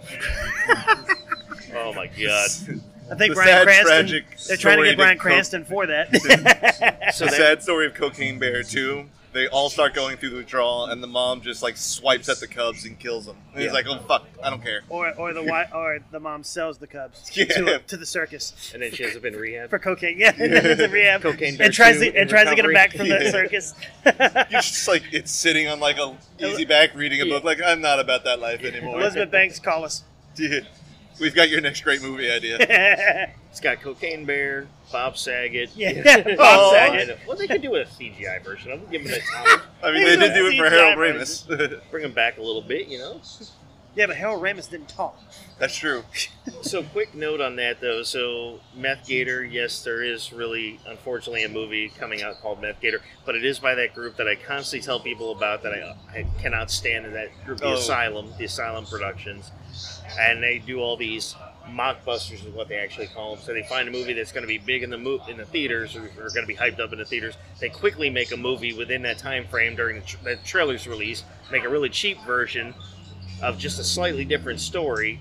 Speaker 1: oh my god!
Speaker 2: I think
Speaker 3: The
Speaker 2: Brian
Speaker 3: sad,
Speaker 2: Cranston.
Speaker 3: tragic
Speaker 2: They're trying to
Speaker 3: story
Speaker 2: get Brian
Speaker 3: that co-
Speaker 2: Cranston for that.
Speaker 1: So
Speaker 3: the
Speaker 1: that,
Speaker 3: sad story of Cocaine Bear too. They all start going through the withdrawal, and the mom just like swipes at the cubs and kills them. And
Speaker 1: Yeah.
Speaker 3: He's like, "Oh fuck, I don't care."
Speaker 2: or or the wi- or the mom sells the cubs
Speaker 3: Yeah.
Speaker 2: to, to the circus
Speaker 1: and then she ends up in rehab.
Speaker 2: for cocaine. Yeah, to rehab.
Speaker 1: Cocaine bear
Speaker 2: and tries
Speaker 1: two
Speaker 2: to
Speaker 1: in
Speaker 2: and tries to get him
Speaker 1: recovery.
Speaker 2: back from
Speaker 3: Yeah.
Speaker 2: the circus.
Speaker 3: You're just like it's sitting on like a easy back reading a book. Like I'm not about that life anymore.
Speaker 2: Elizabeth Banks call us.
Speaker 3: Yeah. We've got your next great movie idea.
Speaker 2: yeah,
Speaker 1: It's got cocaine bear, Bob Saget.
Speaker 2: Bob
Speaker 3: Oh.
Speaker 2: Saget.
Speaker 1: Well, they could do a CGI version of him. Give him a time.
Speaker 3: I mean, they did do it for Harold
Speaker 2: He's
Speaker 3: Ramis.
Speaker 1: Bring him back a little bit, you know.
Speaker 2: Yeah, but Harold Ramis didn't talk.
Speaker 3: That's true.
Speaker 1: So, quick note on that though. So, Meth Gator. Yes, there is really, unfortunately, a movie coming out called Meth Gator, but it is by that group that I constantly tell people about that I, I cannot stand. In that group, the
Speaker 3: Oh.
Speaker 1: Asylum, the Asylum Productions, and they do all these mockbusters is what they actually call them. So they find a movie that's going to be big in the mo- in the theaters or, or going to be hyped up in the theaters. They quickly make a movie within that time frame during the, tr the trailer's release, make a really cheap version of just a slightly different story,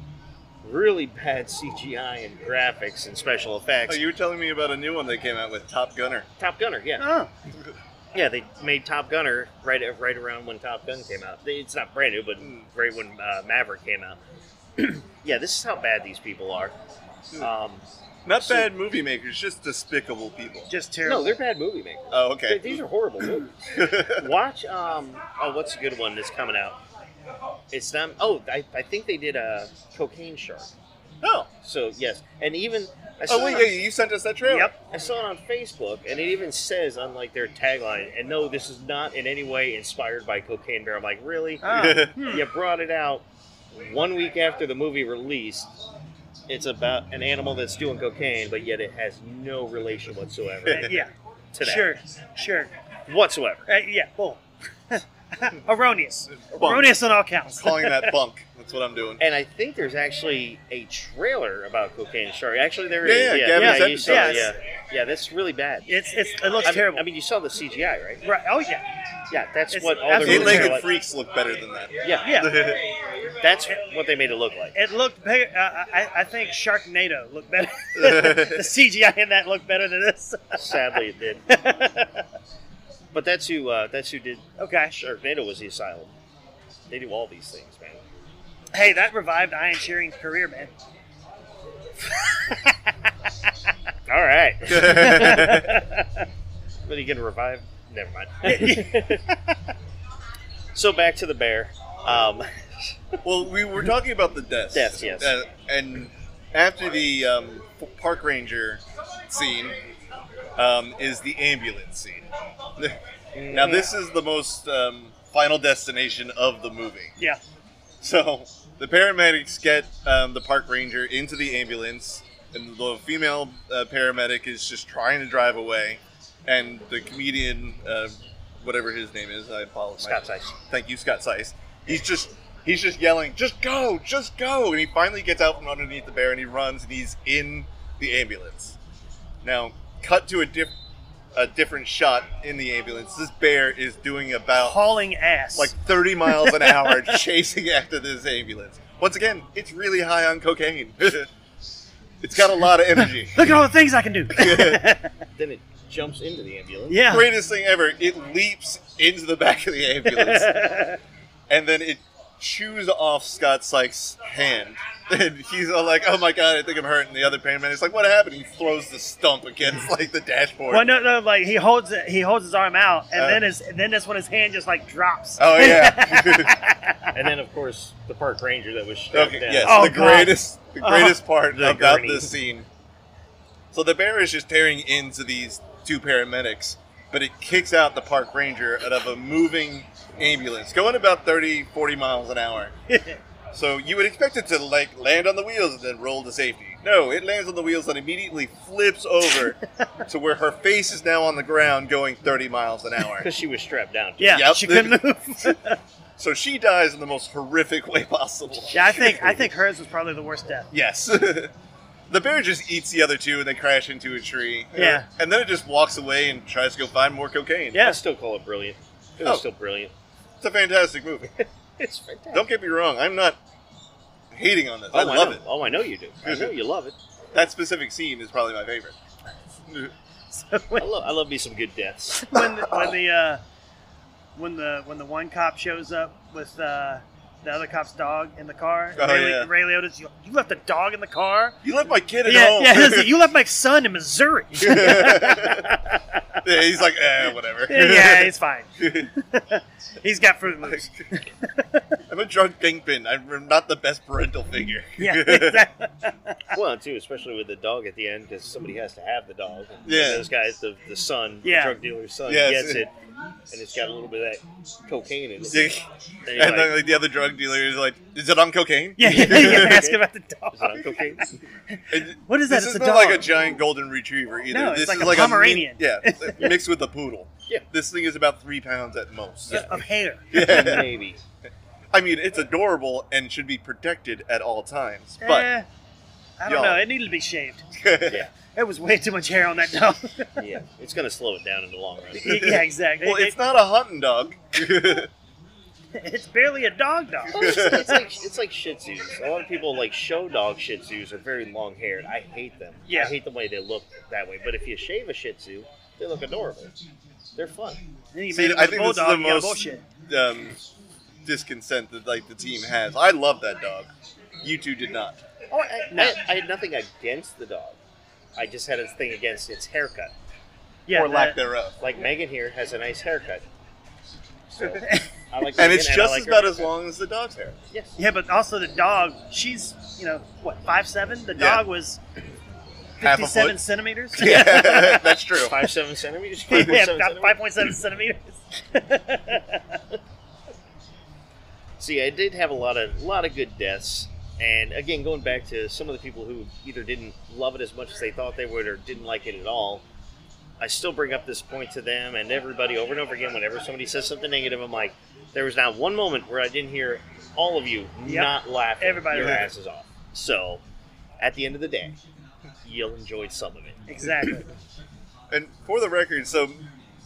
Speaker 1: really bad CGI and graphics and special
Speaker 3: Oh,
Speaker 1: effects.
Speaker 3: you were telling me about a new one they came out with, Top Gunner.
Speaker 1: Top Gunner, yeah,
Speaker 2: Oh,
Speaker 1: yeah, they made Top Gunner right right around when Top Gun came out. They- It's not brand new, but
Speaker 3: Hmm.
Speaker 1: right when uh, Maverick came out. yeah, this is how bad these people are.
Speaker 3: Hmm.
Speaker 1: Um,
Speaker 3: Not
Speaker 1: So-
Speaker 3: bad movie makers, just despicable people.
Speaker 2: just
Speaker 1: no,
Speaker 2: terrible.
Speaker 1: they're bad movie makers.
Speaker 3: Oh,
Speaker 1: Th-
Speaker 3: okay.
Speaker 1: These are horrible movies. Watch, um, oh, what's a good one that's coming out? It's them. Oh, I, I think they did a Cocaine Shark.
Speaker 3: oh,
Speaker 1: So yes, and even I saw
Speaker 3: oh wait,
Speaker 1: it on-
Speaker 3: yeah, you sent us that trailer.
Speaker 1: Yep, I saw it on Facebook, and it even says on like their tagline, and no, this is not in any way inspired by Cocaine Bear. I'm like, really?
Speaker 2: Ah,
Speaker 1: You brought it out one week after the movie released. It's about an animal that's doing cocaine, but yet it has no relation whatsoever
Speaker 2: yeah,
Speaker 1: to that
Speaker 2: sure, sure.
Speaker 1: whatsoever.
Speaker 2: Uh, yeah, bull. Erroneous.
Speaker 3: Bunk.
Speaker 2: Erroneous on all counts.
Speaker 3: Calling that bunk. That's what I'm doing.
Speaker 1: And I think there's actually a trailer about Cocaine Shark. Actually, there
Speaker 3: Yeah,
Speaker 1: is.
Speaker 3: yeah,
Speaker 1: Yeah,
Speaker 3: Gavin
Speaker 1: yeah,
Speaker 3: sent
Speaker 1: you
Speaker 3: it
Speaker 1: saw
Speaker 2: to
Speaker 1: it,
Speaker 2: us.
Speaker 1: yeah, yeah. That's really bad.
Speaker 2: It's, it's, it looks
Speaker 1: I mean,
Speaker 2: terrible.
Speaker 1: I mean, you saw the CGI, right?
Speaker 2: right. Oh, yeah.
Speaker 1: Yeah, that's
Speaker 2: It's
Speaker 1: what all the
Speaker 2: absolutely
Speaker 3: Eight
Speaker 1: movies are
Speaker 3: legged
Speaker 1: like.
Speaker 3: freaks look better than that.
Speaker 1: Yeah,
Speaker 2: Yeah.
Speaker 1: that's what they made it look like.
Speaker 2: It looked better. Uh, I, I think Sharknado looked better. the CGI in that looked better than this.
Speaker 1: Sadly, it did. But that's who uh, that's who did
Speaker 2: okay.
Speaker 1: Sharknado was the asylum. They do all these things, man.
Speaker 2: Hey, that revived Ian Shearing's career, man.
Speaker 1: All right, but he can revive. Never mind. so back to the bear. Um,
Speaker 3: well, we were talking about the deaths.
Speaker 1: Deaths, yes.
Speaker 3: Uh, and after the um, p- park ranger scene um, is the ambulance scene. now, this is the most um, final destination of the movie.
Speaker 2: Yeah.
Speaker 3: So the paramedics get um, the park ranger into the ambulance, and the female uh, paramedic is just trying to drive away, and the comedian, uh, whatever his name is, I apologize.
Speaker 1: Scott Seiss.
Speaker 3: Thank you, Scott Seiss. He's just he's just yelling, "Just go, just go!" And he finally gets out from underneath the bear, and he runs, and he's in the ambulance. Now, cut to a diff a different shot in the ambulance. This bear is doing about
Speaker 2: Hauling ass.
Speaker 3: like 30 miles an hour chasing after this ambulance. Once again, it's really high on cocaine. it's got a lot of energy.
Speaker 2: look at all the things I can do.
Speaker 1: Then it jumps into the ambulance.
Speaker 2: yeah.
Speaker 3: Greatest thing ever. It leaps into the back of the ambulance and then it chews off Scott Sykes' hand. And he's all like, "Oh my god, I think I'm hurt." And the other paramedic is like, "What happened?" He throws the stump against like the dashboard.
Speaker 2: Well, no, no, like he holds it, he holds his arm out, and
Speaker 3: Uh.
Speaker 2: then his, then that's when his hand just like drops.
Speaker 3: Oh yeah.
Speaker 1: And then, of course, the park ranger that was shot
Speaker 3: Okay,
Speaker 1: down.
Speaker 3: yes,
Speaker 2: Oh,
Speaker 3: the
Speaker 2: God.
Speaker 3: greatest, the greatest part
Speaker 1: The
Speaker 3: about
Speaker 1: gurney.
Speaker 3: this scene. So the bear is just tearing into these two paramedics, but it kicks out the park ranger out of a moving ambulance going about 30, 40 miles an hour. so you would expect it to like land on the wheels and then roll to safety. No, it lands on the wheels and immediately flips over to where her face is now on the ground going 30 miles an hour.
Speaker 1: because she was strapped down.
Speaker 2: Yeah,
Speaker 3: Yep.
Speaker 2: she couldn't move.
Speaker 3: So she dies in the most horrific way possible.
Speaker 2: yeah, I think I think hers was probably the worst death.
Speaker 3: Yes. the bear just eats the other two and they crash into a tree.
Speaker 2: Yeah.
Speaker 3: And then it just walks away and tries to go find more cocaine.
Speaker 1: I
Speaker 2: Yeah.
Speaker 1: still call it brilliant. It was
Speaker 3: Oh.
Speaker 1: still brilliant.
Speaker 3: It's a fantastic movie.
Speaker 1: It's fantastic.
Speaker 3: Don't get me wrong, I'm not hating on this.
Speaker 1: Oh,
Speaker 3: I love
Speaker 1: know.
Speaker 3: it. Mm-hmm.
Speaker 1: Oh, I know you do. I know you love it.
Speaker 3: That specific scene is probably my favorite.
Speaker 2: So when,
Speaker 1: I love. I love me some good deaths.
Speaker 2: when the when the, uh, when the when the one cop shows up with uh, the other cop's dog in the car,
Speaker 3: Oh,
Speaker 2: Ray, Le-
Speaker 3: yeah.
Speaker 2: Ray Liotta's, you, you left a dog in the car.
Speaker 3: You left my kid at
Speaker 2: Yeah,
Speaker 3: home.
Speaker 2: yeah, he's like, you left my son in Missouri. yeah,
Speaker 3: Yeah, he's like, eh, whatever.
Speaker 2: yeah, he's fine. he's got Fruit Loops.
Speaker 3: I'm a drunk kingpin. I'm not the best parental figure.
Speaker 2: Yeah, exactly.
Speaker 1: Well, too, especially with the dog at the end, because somebody has to have the dog. And
Speaker 3: Yeah.
Speaker 1: Those guys, the, the son,
Speaker 2: Yeah.
Speaker 1: the drug dealer's son,
Speaker 3: Yes.
Speaker 1: gets it, and it's got a little bit of that cocaine in it.
Speaker 3: Yeah.
Speaker 1: And you're
Speaker 3: and
Speaker 1: like,
Speaker 3: then like the other drug dealer is like, "Is it on cocaine?"
Speaker 2: yeah, yeah, yeah. Ask about the dog.
Speaker 1: is that on cocaine?
Speaker 3: It-
Speaker 2: What is that?
Speaker 3: This
Speaker 2: It's
Speaker 3: is
Speaker 2: a
Speaker 3: not
Speaker 2: dog.
Speaker 3: like a giant golden retriever either.
Speaker 2: No, it's
Speaker 3: this
Speaker 2: like
Speaker 3: is
Speaker 2: a
Speaker 3: like
Speaker 2: Pomeranian.
Speaker 3: A min- yeah, it's mixed with a poodle.
Speaker 1: Yeah.
Speaker 3: This thing is about three pounds at most.
Speaker 2: of hair.
Speaker 3: Yeah.
Speaker 1: Maybe.
Speaker 3: I mean, it's adorable and should be protected at all times. But
Speaker 2: Eh, I don't
Speaker 3: y'all-
Speaker 2: know. It needed to be shaved.
Speaker 1: Yeah.
Speaker 2: There was way too much hair on that dog.
Speaker 1: Yeah. It's going to slow it down in the long run.
Speaker 2: yeah, exactly.
Speaker 3: well,
Speaker 2: It-
Speaker 3: it's not a hunting dog.
Speaker 2: It's barely a dog dog.
Speaker 1: Well, it's, it's like it's like Shih Tzus. A lot of people like show dog Shih Tzus are very long haired. I hate them.
Speaker 2: Yeah.
Speaker 1: I hate the way they look that way. But if you shave a Shih Tzu, they look adorable. They're fun.
Speaker 2: Then you
Speaker 3: See,
Speaker 2: made it
Speaker 3: I
Speaker 2: with a
Speaker 3: think this is
Speaker 2: bulldog. you
Speaker 3: the
Speaker 2: got
Speaker 3: most-
Speaker 2: bullshit.
Speaker 3: um, disconsent that like the team has. I love that dog. You two did not.
Speaker 1: Oh, I,
Speaker 2: No.
Speaker 1: I, I had nothing against the dog. I just had a thing against its haircut.
Speaker 2: Yeah,
Speaker 3: or
Speaker 2: that-
Speaker 3: lack thereof.
Speaker 1: Like Megan here has a nice haircut. So I like
Speaker 3: And
Speaker 1: Megan,
Speaker 3: it's just
Speaker 1: I like
Speaker 3: as
Speaker 1: her
Speaker 3: about as
Speaker 1: haircut.
Speaker 3: long as the dog's hair.
Speaker 1: Yes.
Speaker 2: Yeah, but also the dog. She's you know what five seven. The
Speaker 3: Yeah.
Speaker 2: dog was
Speaker 3: Half a
Speaker 2: fifty seven
Speaker 3: foot.
Speaker 2: centimeters.
Speaker 3: Yeah, that's true.
Speaker 1: Five seven centimeters. Five,
Speaker 2: yeah,
Speaker 1: seven
Speaker 2: about
Speaker 1: centimeters?
Speaker 2: five point seven centimeters.
Speaker 1: See, I did have a lot of lot of good deaths, and again, going back to some of the people who either didn't love it as much as they thought they would, or didn't like it at all. I still bring up this point to them and everybody over and over again. Whenever somebody says something negative, I'm like, there was not one moment where I didn't hear all of you
Speaker 2: Yep.
Speaker 1: not laughing
Speaker 2: Everybody
Speaker 1: your
Speaker 2: laughed.
Speaker 1: asses off. So, at the end of the day, you'll enjoy some of it.
Speaker 2: exactly.
Speaker 3: And for the record, so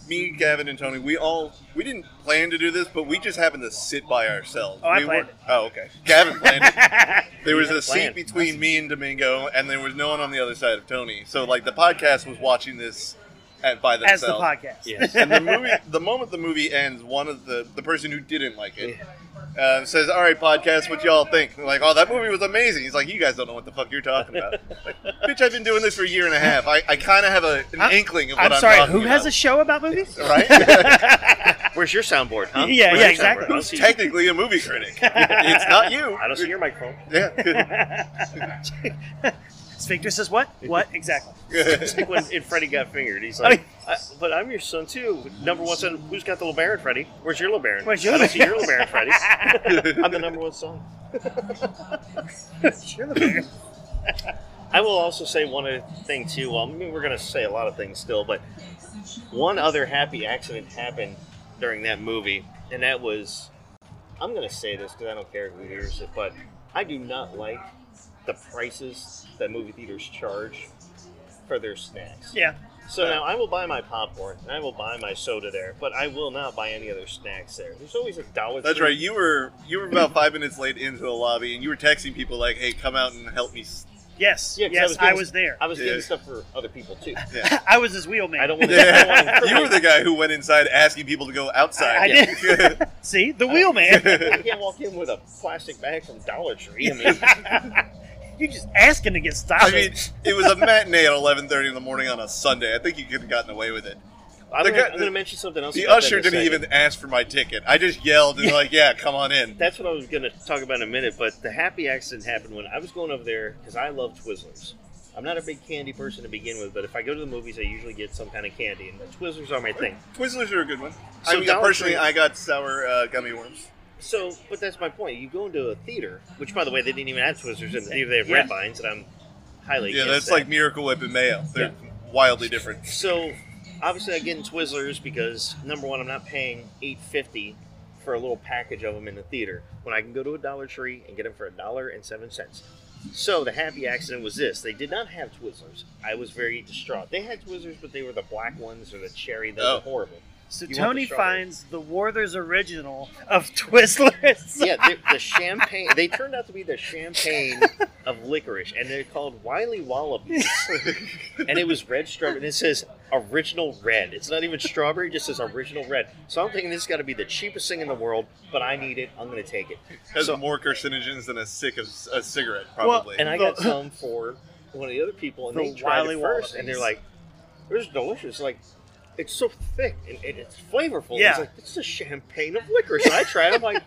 Speaker 3: me, Gavin, and Tony, we all we didn't plan to do this, but we just happened to sit by ourselves.
Speaker 2: Oh, I
Speaker 3: we
Speaker 2: planned
Speaker 3: weren't- Oh, okay. Gavin planned it. There was
Speaker 1: had
Speaker 3: a
Speaker 1: a plan.
Speaker 3: seat between me and Domingo, and there was no one on the other side of Tony. So like the podcast was watching this at, by
Speaker 2: As
Speaker 3: themselves.
Speaker 2: the podcast.
Speaker 1: Yes.
Speaker 3: and the movie, the moment the movie ends, one of the the person who didn't like it uh, says, "All right, podcast, what y'all think?" They're like, "Oh, that movie was amazing." He's like, "You guys don't know what the fuck you're talking about." Like, Bitch, I've been doing this for a year and a half. I, I kind of have a, an
Speaker 2: I'm-
Speaker 3: inkling of what
Speaker 2: I'm
Speaker 3: I'm,
Speaker 2: sorry.
Speaker 3: talking
Speaker 2: Who has a
Speaker 3: about.
Speaker 2: show about movies?
Speaker 3: right?
Speaker 1: Where's your soundboard, huh?
Speaker 2: Yeah,
Speaker 1: Where's
Speaker 2: yeah,
Speaker 1: your soundboard?
Speaker 2: exactly.
Speaker 1: I don't see-
Speaker 3: Technically, a movie critic. It's not you.
Speaker 1: I don't see your microphone.
Speaker 3: Yeah.
Speaker 2: Sphincter says what? What exactly?
Speaker 1: It's like when in Freddy got fingered. He's like, I, but I'm your son too. Number one son. Who's got the little Baron, Freddy? Where's your little Baron?
Speaker 2: Where's your
Speaker 1: I don't see your
Speaker 2: LeBaron?"
Speaker 1: little Baron, Freddy? I'm the number one son.
Speaker 2: You're the bigger.
Speaker 1: I will also say one other thing too. Well, I mean, we're going to say a lot of things still, but one other happy accident happened during that movie, and that was I'm going to say this because I don't care who hears it, but I do not like the prices that movie theaters charge for their snacks.
Speaker 2: Yeah.
Speaker 1: So now I will buy my popcorn and I will buy my soda there, but I will not buy any other snacks there. There's always a dollar.
Speaker 3: That's
Speaker 1: Tree-
Speaker 3: right. You were you were about five minutes late into the lobby, and you were texting people like, "Hey, come out and help me." s-
Speaker 2: Yes.
Speaker 1: Yeah, 'cause
Speaker 2: yes. I
Speaker 1: getting-
Speaker 2: was there.
Speaker 1: I was
Speaker 3: Yeah.
Speaker 1: getting stuff for other people too.
Speaker 3: Yeah.
Speaker 2: I was his wheel man.
Speaker 1: I don't want
Speaker 3: Yeah.
Speaker 1: to.
Speaker 3: you were the guy who went inside asking people to go outside.
Speaker 2: I, I did. See the wheel man.
Speaker 1: I can't walk in with a plastic bag from Dollar Tree. I mean,
Speaker 2: You're just asking to get stopped.
Speaker 3: I mean, it was a matinee at 11:30 in the morning on a Sunday. I think you could have gotten away with it.
Speaker 1: I'm
Speaker 3: The
Speaker 1: going
Speaker 3: guy-
Speaker 1: to mention something else.
Speaker 3: The
Speaker 1: about that
Speaker 3: usher
Speaker 1: in a
Speaker 3: didn't
Speaker 1: second.
Speaker 3: even ask for my ticket. I just yelled and like, "Yeah, come on in."
Speaker 1: That's what I was going to talk about in a minute, but the happy accident happened when I was going over there because I love Twizzlers. I'm not a big candy person to begin with, but if I go to the movies, I usually get some kind of candy, and the Twizzlers are my thing.
Speaker 3: Twizzlers are a good one. I
Speaker 1: So
Speaker 3: mean,
Speaker 1: Dollar
Speaker 3: personally,
Speaker 1: Tree-
Speaker 3: I got sour uh, gummy worms.
Speaker 1: So, but that's my point. You go into a theater, which, by the way, they didn't even have Twizzlers in the theater. They have
Speaker 2: Yeah.
Speaker 1: Red Vines, and I'm highly
Speaker 3: yeah, that's
Speaker 1: against
Speaker 3: like
Speaker 1: that.
Speaker 3: Miracle Whip and mayo. They're wildly different.
Speaker 1: So, obviously, I'm getting Twizzlers because number one, I'm not paying eight fifty for a little package of them in the theater when I can go to a Dollar Tree and get them for a dollar and seven cents. So the happy accident was this: they did not have Twizzlers. I was very distraught. They had Twizzlers, but they were the black ones or the cherry. Those
Speaker 3: Oh.
Speaker 1: are horrible.
Speaker 2: so
Speaker 1: you want
Speaker 2: Tony
Speaker 1: the strawberry.
Speaker 2: finds the Warthers original of Twizzlers.
Speaker 1: yeah, the, the champagne. They turned out to be the champagne of licorice, and they're called Wiley Wallabies. and it was red strawberry, and it says original red. It's not even strawberry; it just says original red. So I'm thinking this has got to be the cheapest thing in the world, but I need it. I'm going to take it.
Speaker 3: Has
Speaker 1: So-
Speaker 3: more carcinogens than a sick of a cigarette, probably.
Speaker 1: And I got some for one of the other people, and
Speaker 2: The
Speaker 1: they tried
Speaker 2: Wily
Speaker 1: it first, and they're
Speaker 2: Wallabies.
Speaker 1: like, "It was delicious." Like. It's so thick and, and it's flavorful.
Speaker 2: Yeah.
Speaker 1: It's like, this is a champagne of licorice. And I tried it. I'm like,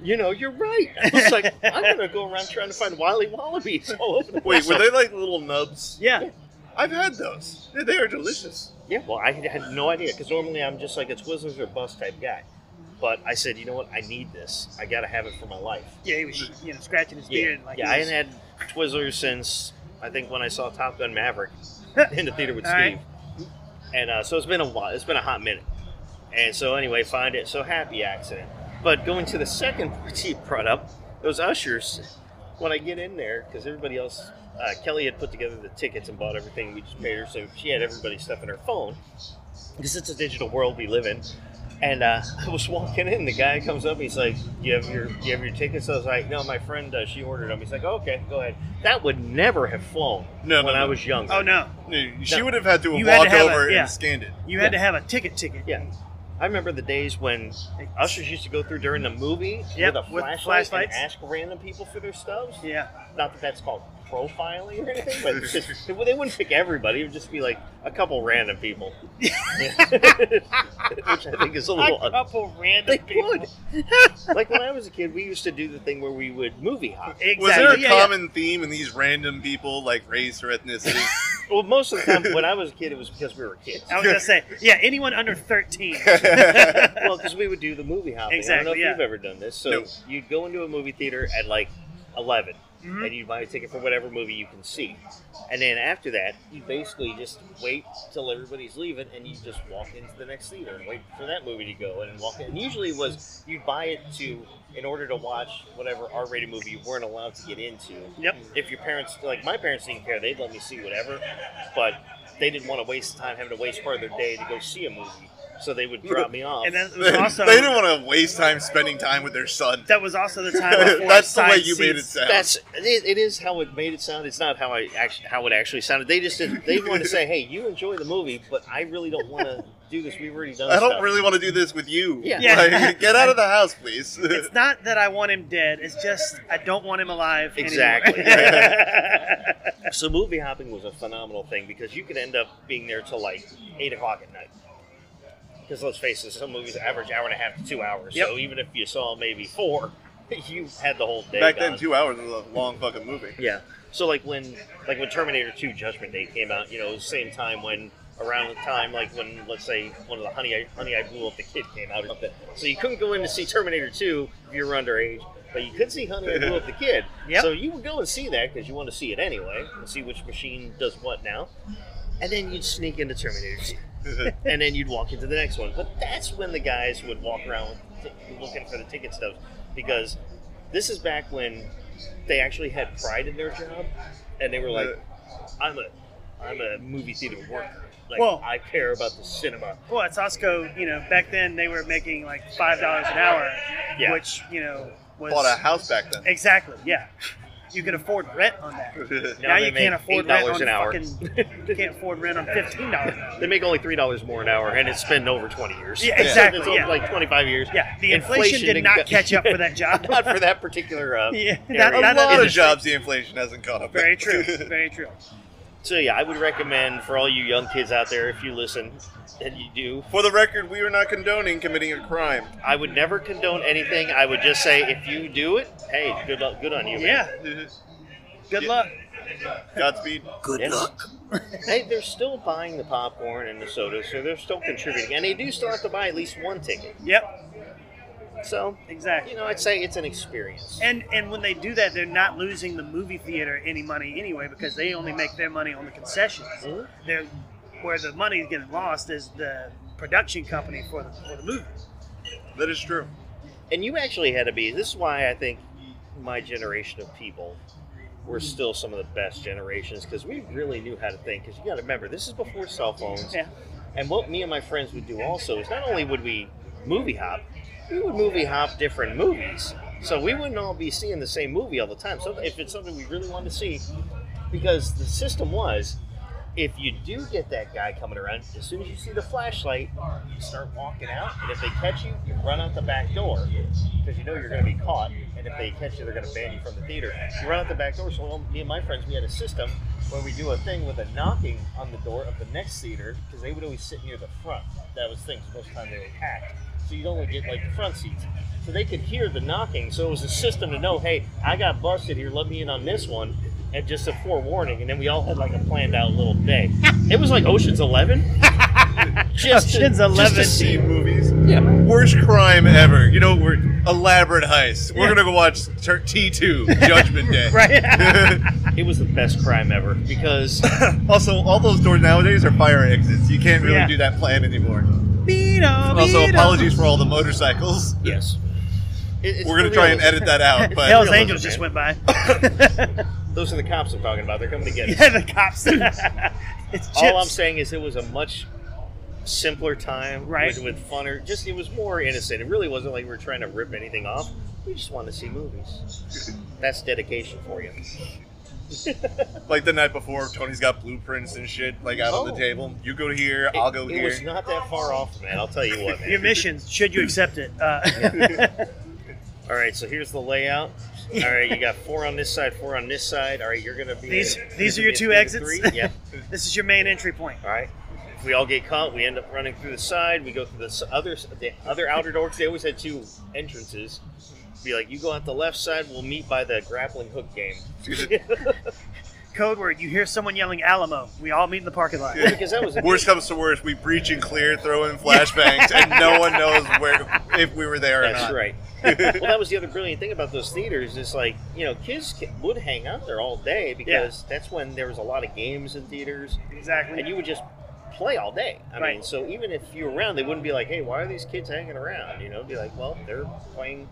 Speaker 1: you know, you're right. I was like, I'm gonna go around trying to find wily wallabies all over the
Speaker 3: Wait,
Speaker 1: place.
Speaker 3: were they like little nubs?
Speaker 2: Yeah.
Speaker 3: I've had those. They, they are delicious.
Speaker 1: Yeah, well, I had- had no idea because normally I'm just like a Twizzlers or bus type guy, but I said, you know what, I need this. I gotta have it for my life.
Speaker 2: Yeah, he was you know scratching his
Speaker 1: Yeah,
Speaker 2: beard like
Speaker 1: yeah.
Speaker 2: he
Speaker 1: I
Speaker 2: was-
Speaker 1: hadn't had Twizzlers since I think when I saw Top Gun Maverick in the theater with
Speaker 2: All
Speaker 1: Steve,
Speaker 2: right.
Speaker 1: and uh, so it's been a while. It's been a hot minute, and so anyway, find it. So happy accident. But going to the second part you brought up, those ushers. When I get in there, because everybody else, uh, Kelly had put together the tickets and bought everything. We just paid her, so she had everybody's stuff in her phone. Because it's a digital world we live in. And uh, I was walking in, the guy comes up, he's like, "Do you have your do you have your tickets?" I was like, "No, my friend, uh, she ordered them." He's like, "Okay, go ahead." That would never have flown
Speaker 3: No, no,
Speaker 1: when I
Speaker 3: no.
Speaker 1: was younger.
Speaker 2: Oh no,
Speaker 3: She
Speaker 1: No.
Speaker 3: would have had to have
Speaker 2: You had to
Speaker 3: walked
Speaker 2: have
Speaker 3: over
Speaker 2: it, yeah.
Speaker 3: and scanned it.
Speaker 2: you had
Speaker 1: Yeah.
Speaker 2: to have a ticket ticket.
Speaker 1: Yeah. I remember the days when ushers used to go through during the movie
Speaker 2: Yep,
Speaker 1: with a
Speaker 2: with
Speaker 1: flashlight
Speaker 2: flashlights.
Speaker 1: and ask random people for their stuffs.
Speaker 2: Yeah.
Speaker 1: Not that that's called profiling or anything, but it's just, they wouldn't pick everybody. It would just be like a couple random people, which I think is a little
Speaker 3: uh,
Speaker 2: A couple
Speaker 1: They
Speaker 2: random people.
Speaker 1: would. like when I was a kid, we used to do the thing where we would movie hop.
Speaker 2: Exactly.
Speaker 3: Was there a
Speaker 2: yeah, yeah.
Speaker 3: common theme in these random people, like race or ethnicity?
Speaker 1: Well, most of the time when I was a kid, it was because we were kids.
Speaker 2: I was gonna say, yeah, anyone under thirteen.
Speaker 1: Well, because we would do the movie hopping. I don't know
Speaker 2: Exactly,
Speaker 1: if
Speaker 2: yeah.
Speaker 1: you've ever done this. So
Speaker 3: Nope.
Speaker 1: you'd go into a movie theater at like 11,
Speaker 2: Mhm.
Speaker 1: and you'd buy a ticket for whatever movie you can see. And then after that, you basically just wait till everybody's leaving, and you just walk into the next theater and wait for that movie to go, and then walk in. And usually it was you'd buy it to in order to watch whatever R-rated movie you weren't allowed to get into.
Speaker 2: Yep.
Speaker 1: If your parents, like my parents, didn't care, they'd let me see whatever, but they didn't want to waste time having to waste part of their day to go see a movie, so they would drop me off.
Speaker 2: And then it was
Speaker 3: they,
Speaker 2: also
Speaker 3: they didn't want to waste time spending time with their son.
Speaker 2: that was also the time. before
Speaker 3: That's the
Speaker 2: side
Speaker 3: way you made it
Speaker 2: seats.
Speaker 3: sound.
Speaker 1: That's it, it is how it made it sound. It's not how I actually how it actually sounded. They just did, they wanted to say, "Hey, you enjoy the movie, but I really don't want to do this. We've already done."
Speaker 3: I don't
Speaker 1: stuff."
Speaker 3: really want to do this with you.
Speaker 1: Yeah.
Speaker 2: Yeah.
Speaker 3: Like, get out of the house, please.
Speaker 2: It's not that I want him dead. It's just I don't want him alive. anymore.
Speaker 1: Exactly. So movie hopping was a phenomenal thing because you could end up being there till like eight o'clock at night. Because let's face it, some movies average hour and a half to two hours.
Speaker 2: Yep.
Speaker 1: So even if you saw maybe four, you had the whole day.
Speaker 3: Back
Speaker 1: gone.
Speaker 3: then, two hours was a long fucking movie.
Speaker 1: Yeah. So like when like when Terminator Two Judgment Day came out, you know, it was the same time when around the time like when let's say one of the Honey I, Honey I Blew Up the Kid came out, or something. so you couldn't go in to see Terminator Two if you were underage, but you could see Honey I Blew Up the Kid.
Speaker 2: Yep.
Speaker 1: So you would go and see that because you want to see it anyway and see which machine does what now, and then you'd sneak into Terminator Two and then you'd walk into the next one. But that's when the guys would walk around t- looking for the ticket stubs because this is back when they actually had pride in their job, and they were like, "I'm a, I'm a movie theater worker. Like
Speaker 2: Well-
Speaker 1: I care about the cinema."
Speaker 2: Well, it's Osco. You know, back then they were making like five dollars an hour,
Speaker 1: Yeah.
Speaker 2: which you know was
Speaker 3: Bought a house back then.
Speaker 2: exactly yeah. You could afford rent on that.
Speaker 1: Now
Speaker 2: Now,
Speaker 1: they
Speaker 2: you
Speaker 1: make
Speaker 2: can't afford rent
Speaker 1: $8
Speaker 2: on
Speaker 1: an hour.
Speaker 2: fucking. You can't afford rent on fifteen dollars.
Speaker 1: They make only three dollars more an hour, and it's been over twenty years.
Speaker 2: Yeah, exactly,
Speaker 1: It's over,
Speaker 2: yeah.
Speaker 1: like twenty-five years.
Speaker 2: Yeah, the inflation, did
Speaker 1: didn't
Speaker 2: not
Speaker 1: go-
Speaker 2: catch up for that job.
Speaker 1: Not for that particular. Uh,
Speaker 2: Yeah,
Speaker 1: area.
Speaker 2: that-
Speaker 3: a
Speaker 2: that-
Speaker 3: lot of
Speaker 2: industry.
Speaker 3: jobs, the inflation hasn't caught up.
Speaker 2: Very true. Very true.
Speaker 1: so yeah, I would recommend for all you young kids out there, if you listen, and you do,
Speaker 3: For the record, we are not condoning committing a crime.
Speaker 1: I would never condone anything. I would just say if you do it, hey, good luck, good on you. man.
Speaker 2: Yeah. Good
Speaker 3: Yeah.
Speaker 2: luck.
Speaker 3: Godspeed.
Speaker 4: Good
Speaker 1: Yeah.
Speaker 4: luck.
Speaker 1: Hey, they're still buying the popcorn and the soda, so they're still contributing, and they do still have to buy at least one ticket.
Speaker 2: Yep.
Speaker 1: So, you
Speaker 2: Exactly.
Speaker 1: know, I'd say it's an experience.
Speaker 2: And and when they do that, they're not losing the movie theater any money anyway because they only make their money on the concessions.
Speaker 1: Mhm.
Speaker 2: They're where the money's getting lost is the production company for the for the movie.
Speaker 3: That is true.
Speaker 1: And you actually had to be. This is why I think my generation of people were still some of the best generations because we really knew how to think. Because you got to remember, this is before cell phones.
Speaker 2: Yeah.
Speaker 1: And what me and my friends would do also is not only would we movie hop, we would movie hop different movies. So we wouldn't all be seeing the same movie all the time. So if it's something we really wanted to see, because the system was, if you do get that guy coming around, as soon as you see the flashlight, you start walking out, and if they catch you, you run out the back door because you know you're going to be caught, and and if they catch you, they're going to ban you from the theater. You run out the back door. So well, me and my friends, we had a system where we do a thing with a knocking on the door of the next theater because they would always sit near the front. That was things most of the time they were packed, so you'd only get like the front seats. So they could hear the knocking. So it was a system to know, hey, I got busted here. Let me in on this one. And just a forewarning, and then we all had like a planned out little day. It was like Ocean's Eleven. just to-
Speaker 2: Ocean's
Speaker 1: just to
Speaker 2: Eleven.
Speaker 1: see
Speaker 3: C movies.
Speaker 1: Yeah.
Speaker 3: Worst crime ever. You know, we're elaborate heist. We're
Speaker 1: Yeah.
Speaker 3: gonna go watch T two Judgment Day.
Speaker 2: Right.
Speaker 1: It was the best crime ever because
Speaker 3: also, all those doors nowadays are fire exits. You can't really
Speaker 2: Yeah.
Speaker 3: do that plan anymore.
Speaker 2: Beat 'em,
Speaker 3: Also,
Speaker 2: beat 'em.
Speaker 3: apologies for all the motorcycles.
Speaker 1: yes, It- it's
Speaker 3: We're gonna
Speaker 1: the
Speaker 3: try and
Speaker 1: realism.
Speaker 3: edit that out, but
Speaker 2: Hell's
Speaker 1: realism,
Speaker 2: Angels just
Speaker 1: man.
Speaker 2: went by.
Speaker 1: Those are the cops I'm talking about. They're coming to get us.
Speaker 2: yeah, the cops. it's chips.
Speaker 1: All I'm saying is it was a much simpler time,
Speaker 2: Right.
Speaker 1: With, with funner, just it was more innocent. It really wasn't like we were trying to rip anything off. We just wanted to see movies. That's dedication for you.
Speaker 3: like the night before, Tony's got blueprints and shit like out on
Speaker 1: Oh.
Speaker 3: the table. You go here, I'll go
Speaker 1: it,
Speaker 3: here.
Speaker 1: It was not that far off, man. I'll tell you what,
Speaker 2: Your
Speaker 1: man.
Speaker 2: missions, should you accept it? Uh,
Speaker 1: All right, so here's the layout. All right, you got four on this side, four on this side. All right, you're gonna be
Speaker 2: These-
Speaker 1: you're
Speaker 2: these are
Speaker 1: gonna
Speaker 2: your
Speaker 1: be
Speaker 2: two
Speaker 1: in theater
Speaker 2: exits?
Speaker 1: Three. Yep.
Speaker 2: this is your main entry point.
Speaker 1: All right. If we all get caught, we end up running through the side. We go through the s- other s- the other outer door 'cause they always had two entrances. Be like, you go out the left side. We'll meet by the grappling hook game.
Speaker 2: Code word, you hear someone yelling Alamo. We all meet in the parking lot.
Speaker 3: Yeah.
Speaker 1: because that was a
Speaker 3: Worst comes to worst, we breach and clear, throw in flashbangs, and no one knows where if we were there or
Speaker 1: That's
Speaker 3: not.
Speaker 1: right. well, that was the other brilliant thing about those theaters is like you know kids ca- would hang out there all day because that's when there was a lot of games in theaters
Speaker 2: Exactly.
Speaker 1: and you would just play all day. I mean,
Speaker 2: Right.
Speaker 1: so even if you were around, they wouldn't be like, hey, why are these kids hanging around? You know, be like, well, they're playing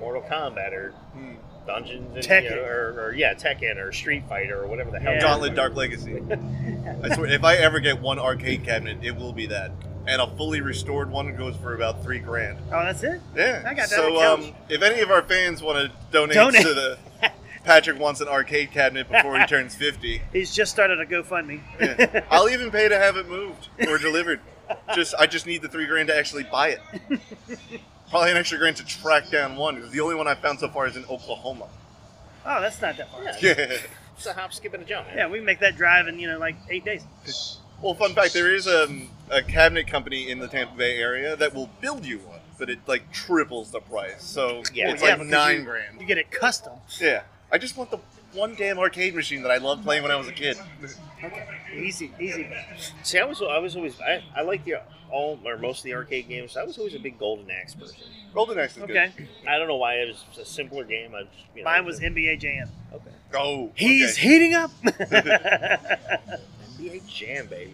Speaker 1: Mortal Kombat or
Speaker 3: Hmm.
Speaker 1: Dungeons and
Speaker 2: Tekken.
Speaker 1: you know, or, or yeah, Tekken or Street Fighter or whatever the hell.
Speaker 2: Yeah.
Speaker 3: Gauntlet Dark Legacy. I swear, if I ever get one arcade cabinet, it will be that. And a fully restored one goes for about three grand.
Speaker 2: oh, that's it?
Speaker 3: Yeah.
Speaker 2: I got that
Speaker 3: so,
Speaker 2: on the
Speaker 3: um, if any of our fans want to donate,
Speaker 2: Donate.
Speaker 3: to the Patrick wants an arcade cabinet before he turns 50,
Speaker 2: He's just started a GoFundMe.
Speaker 3: yeah, I'll even pay to have it moved or delivered. Just I just need the three grand to actually buy it. Probably an extra grand to track down one because the only one I found so far is in Oklahoma.
Speaker 2: Oh, that's not that far.
Speaker 1: Yeah.
Speaker 3: Yeah.
Speaker 1: It's a hop, skip, and a jump.
Speaker 2: Yeah, we can make that drive in, you know, like eight days.
Speaker 3: Well, fun fact: there is um, a cabinet company in the Tampa Bay area that will build you one, but it like triples the price. So
Speaker 1: Yeah.
Speaker 3: it's
Speaker 2: Yeah,
Speaker 3: like
Speaker 2: because
Speaker 3: nine
Speaker 2: you- You
Speaker 3: grand.
Speaker 2: get it custom.
Speaker 3: Yeah, I just want the one damn arcade machine that I loved playing when I was a kid.
Speaker 2: Easy, easy.
Speaker 1: See, I was I was always I, I like the all or most of the arcade games. I was always a big Golden Axe person.
Speaker 3: Golden Axe is
Speaker 2: Okay.
Speaker 1: I don't know why it was a simpler game. I just, you know,
Speaker 2: Mine was NBA Jam.
Speaker 1: okay.
Speaker 3: good. Oh,
Speaker 2: He's
Speaker 3: okay.
Speaker 2: heating up.
Speaker 1: NBA Jam, baby.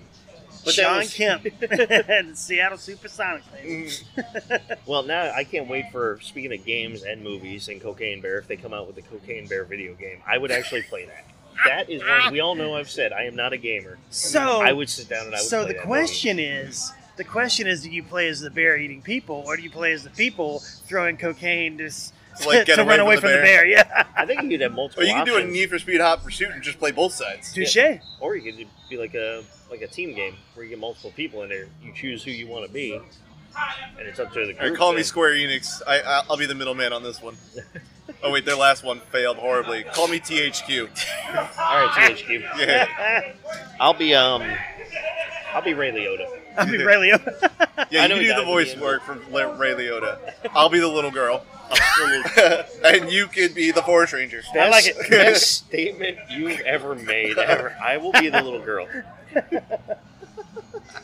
Speaker 1: that
Speaker 2: Sean
Speaker 1: was-
Speaker 2: Kemp and the Seattle Supersonics. Baby.
Speaker 3: Mm,
Speaker 1: Well, now I can't wait for speaking of games and movies and Cocaine Bear. If they come out with the Cocaine Bear video game, I would actually play that. That is one we all know. I've said I am not a gamer.
Speaker 2: So
Speaker 1: I would sit down and I would.
Speaker 2: Oh, so
Speaker 1: play
Speaker 2: the
Speaker 1: that
Speaker 2: question is the question is do you play as the bear eating people or do you play as the people throwing cocaine just
Speaker 3: To, like, get
Speaker 2: to
Speaker 3: away
Speaker 2: run
Speaker 3: from
Speaker 2: away
Speaker 3: the
Speaker 2: from the
Speaker 3: bear?
Speaker 2: bear yeah
Speaker 1: Movie. I think you could have multiple.
Speaker 3: Or you can do a
Speaker 1: options.
Speaker 3: Need for Speed Hot Pursuit and just play both sides.
Speaker 2: touche
Speaker 1: Or you could be like a like a team game where you get multiple people in there. You choose who you want to be, and it's up to the
Speaker 3: All
Speaker 1: group.
Speaker 3: right, call me
Speaker 1: then.
Speaker 3: Square Enix. I, I I'll be the middleman on this one. Oh wait, their last one failed horribly. Call me
Speaker 1: All
Speaker 3: THQ.
Speaker 1: right, THQ.
Speaker 3: Yeah.
Speaker 1: I'll be um, I'll be Ray Liotta.
Speaker 2: i mean really
Speaker 1: I
Speaker 3: Yeah,
Speaker 1: know
Speaker 3: you
Speaker 1: he died
Speaker 3: do the
Speaker 1: in the
Speaker 3: voice
Speaker 1: end.
Speaker 3: work for Le- Ray Liotta. I'll be the little girl,
Speaker 1: Absolutely.
Speaker 3: and you could be the forest ranger.
Speaker 2: I like
Speaker 1: Best-
Speaker 2: it.
Speaker 1: Best statement you've ever made ever. I will be the little girl.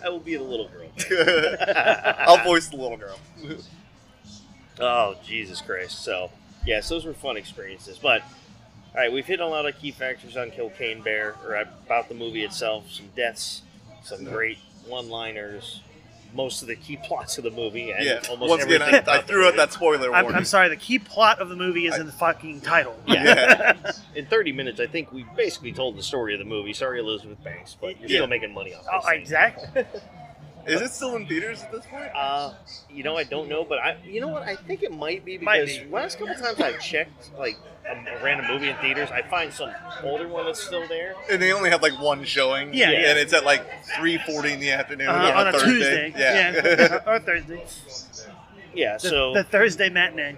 Speaker 1: I will be the little girl.
Speaker 3: I'll voice the little girl.
Speaker 1: Oh, Jesus Christ. So, yes, those were fun experiences. But, all right, we've hit a lot of key factors on Kill Kane Bear, or about the movie itself, some deaths, some great one liners, most of the key plots of the movie, and
Speaker 3: Yeah.
Speaker 1: almost
Speaker 3: Once again,
Speaker 1: everything.
Speaker 3: I, I
Speaker 1: about the
Speaker 3: threw out
Speaker 1: movie.
Speaker 3: that spoiler
Speaker 2: I'm,
Speaker 3: warning.
Speaker 2: I'm sorry the key plot of the movie is in the fucking title
Speaker 3: Yeah.
Speaker 1: In 30 minutes, I think we basically told the story of the movie. Sorry, Elizabeth Banks, but you're
Speaker 3: Yeah.
Speaker 1: still making money off
Speaker 2: oh,
Speaker 1: this. thing.
Speaker 2: exactly
Speaker 3: Is it still in theaters at this point?
Speaker 1: Uh, you know, I don't know, but I, you know what, I think it might be
Speaker 2: Might
Speaker 1: because
Speaker 2: be.
Speaker 1: last couple times I checked like a m- random movie in theaters, I find some older one that's still there.
Speaker 3: And they only have like one showing.
Speaker 2: Yeah,
Speaker 1: yeah.
Speaker 3: And it's at like 3:40 in the afternoon
Speaker 2: uh, on a
Speaker 3: Thursday.
Speaker 2: tuesday
Speaker 3: Yeah.
Speaker 2: or thursday
Speaker 1: Yeah,
Speaker 2: the,
Speaker 1: so
Speaker 2: the thursday matinee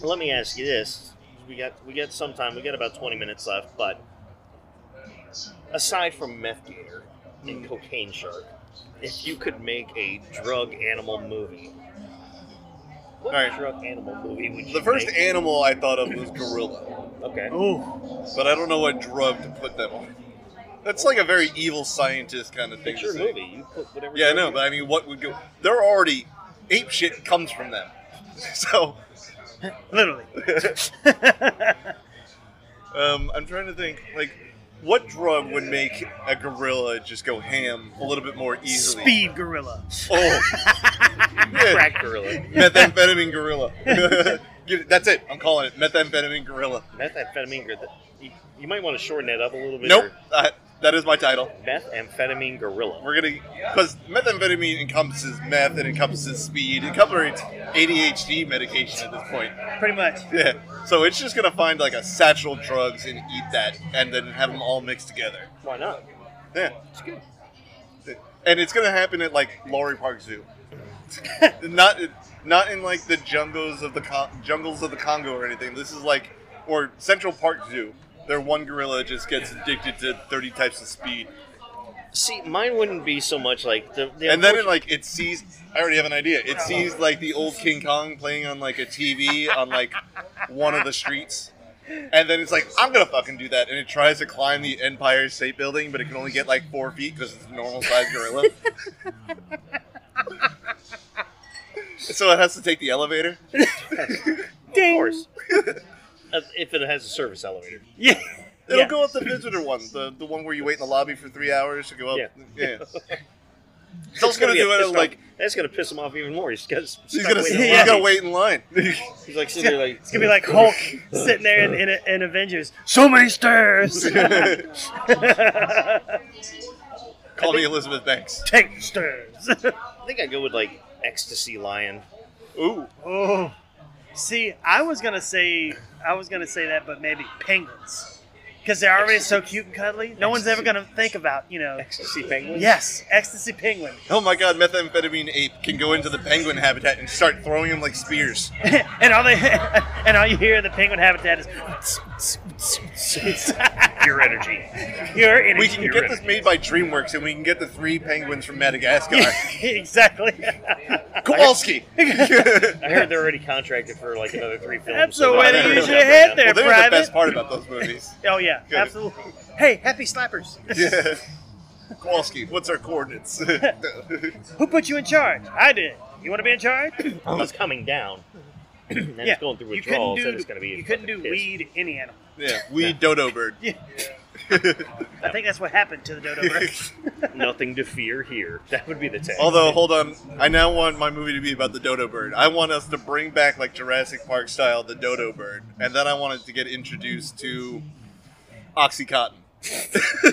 Speaker 1: Let me ask you this: we got we got some time. We got about twenty minutes left. But aside from meth gator
Speaker 3: Hmm.
Speaker 1: and cocaine shark, if you could make a drug animal movie, what
Speaker 3: All right.
Speaker 1: drug animal movie would you?
Speaker 3: The first Oh,
Speaker 1: make?
Speaker 3: animal I thought of was gorilla,
Speaker 1: okay.
Speaker 2: Ooh,
Speaker 3: but I don't know what drug to put them on. That's like a very evil scientist kind of thing.
Speaker 1: It's
Speaker 3: to
Speaker 1: your
Speaker 3: say.
Speaker 1: movie. You put whatever.
Speaker 3: Yeah, I
Speaker 1: drug
Speaker 3: know,
Speaker 1: you-
Speaker 3: but I mean, what would go? They're already ape shit comes from them, so
Speaker 2: literally.
Speaker 3: Um, I'm trying to think, like, what drug would make a gorilla just go ham a little bit more easily?
Speaker 2: Speed gorilla.
Speaker 3: Oh, yeah.
Speaker 1: Crack gorilla.
Speaker 3: methamphetamine gorilla. Get it- That's it. I'm calling it methamphetamine gorilla.
Speaker 1: Methamphetamine. gor- You, you might want to shorten that up a little bit.
Speaker 3: Nope,
Speaker 1: or
Speaker 3: uh, that is my title.
Speaker 1: Methamphetamine gorilla.
Speaker 3: We're gonna because methamphetamine encompasses meth, it encompasses speed, it encompasses ADHD medication at this point.
Speaker 2: Pretty much.
Speaker 3: Yeah, so it's just gonna find like a satchel of drugs and eat that, and then have them all mixed together.
Speaker 1: Why not?
Speaker 3: Yeah.
Speaker 1: It's good.
Speaker 3: and it's gonna happen at like Laurie Park Zoo, not not in like the jungles of the Con- jungles of the Congo or anything. This is like or Central Park Zoo. Their one gorilla just gets addicted to thirty types of speed,
Speaker 1: See, mine wouldn't be so much like the. the
Speaker 3: and then it like it sees. I already have an idea. It sees like the old King Kong playing on like a TV on like one of the streets. And then it's like, I'm gonna fucking do that, and it tries to climb the Empire State Building, but it can only get like four feet because it's a normal sized gorilla. so it has to take the elevator.
Speaker 1: of
Speaker 2: Ding.
Speaker 1: course. Uh, if it has a service elevator.
Speaker 2: Yeah.
Speaker 3: It'll
Speaker 2: Yeah.
Speaker 3: go up the visitor one, the, the one where you wait in the lobby for three hours to go up.
Speaker 1: Yeah.
Speaker 3: Yeah. So it's
Speaker 1: It's gonna
Speaker 3: gonna
Speaker 1: be a
Speaker 3: do it
Speaker 1: pissed
Speaker 3: at,
Speaker 1: off-
Speaker 3: like
Speaker 1: that's gonna piss him off even more. He's got.
Speaker 3: he's gonna
Speaker 2: waiting in
Speaker 3: he's
Speaker 2: line.
Speaker 3: gonna wait in line.
Speaker 1: He's like sitting there like.
Speaker 2: It's gonna be like Hulk sitting there in, in, in Avengers. So many stairs.
Speaker 3: Call me Elizabeth Banks.
Speaker 2: Tank stairs.
Speaker 1: I think I go with like ecstasy lion.
Speaker 3: Ooh,
Speaker 2: oh. See, I was gonna say, I was gonna say that, but maybe penguins, because they're already so cute and cuddly. No one's ever gonna think about, you know.
Speaker 1: Ecstasy penguin.
Speaker 2: Yes, ecstasy penguin.
Speaker 3: oh my God! Methamphetamine ape can go into the penguin habitat and start throwing them like spears.
Speaker 2: and all they and all you hear in the penguin habitat is
Speaker 1: Pure energy.
Speaker 2: pure energy.
Speaker 3: We can get this made by DreamWorks, and we can get the three penguins from Madagascar.
Speaker 2: exactly.
Speaker 3: Kowalski.
Speaker 1: I heard they're already contracted for like another three films.
Speaker 2: That's
Speaker 1: so
Speaker 2: the way to
Speaker 1: they're-
Speaker 2: use your head there,
Speaker 3: well, they're the
Speaker 2: private.
Speaker 3: best part about those movies.
Speaker 2: Oh yeah,
Speaker 3: Good.
Speaker 2: absolutely. Hey, happy slappers.
Speaker 3: Yeah. Kowalski, what's our coordinates?
Speaker 2: Who put you in charge? I did. You want to be in charge?
Speaker 1: It's coming down. and
Speaker 2: Yeah.
Speaker 1: it's going through
Speaker 2: You
Speaker 1: withdrawals.
Speaker 2: couldn't
Speaker 1: and
Speaker 2: do,
Speaker 1: it's gonna be.
Speaker 2: you couldn't do
Speaker 1: fucking pissed.
Speaker 2: weed any animal.
Speaker 3: yeah, we dodo bird.
Speaker 2: Yeah. I think that's what happened to the dodo bird.
Speaker 1: Nothing to fear here. That would be the tag.
Speaker 3: Although, hold on, I now want my movie to be about the dodo bird. I want us to bring back like Jurassic Park style the dodo bird, and then I want it to get introduced to OxyContin.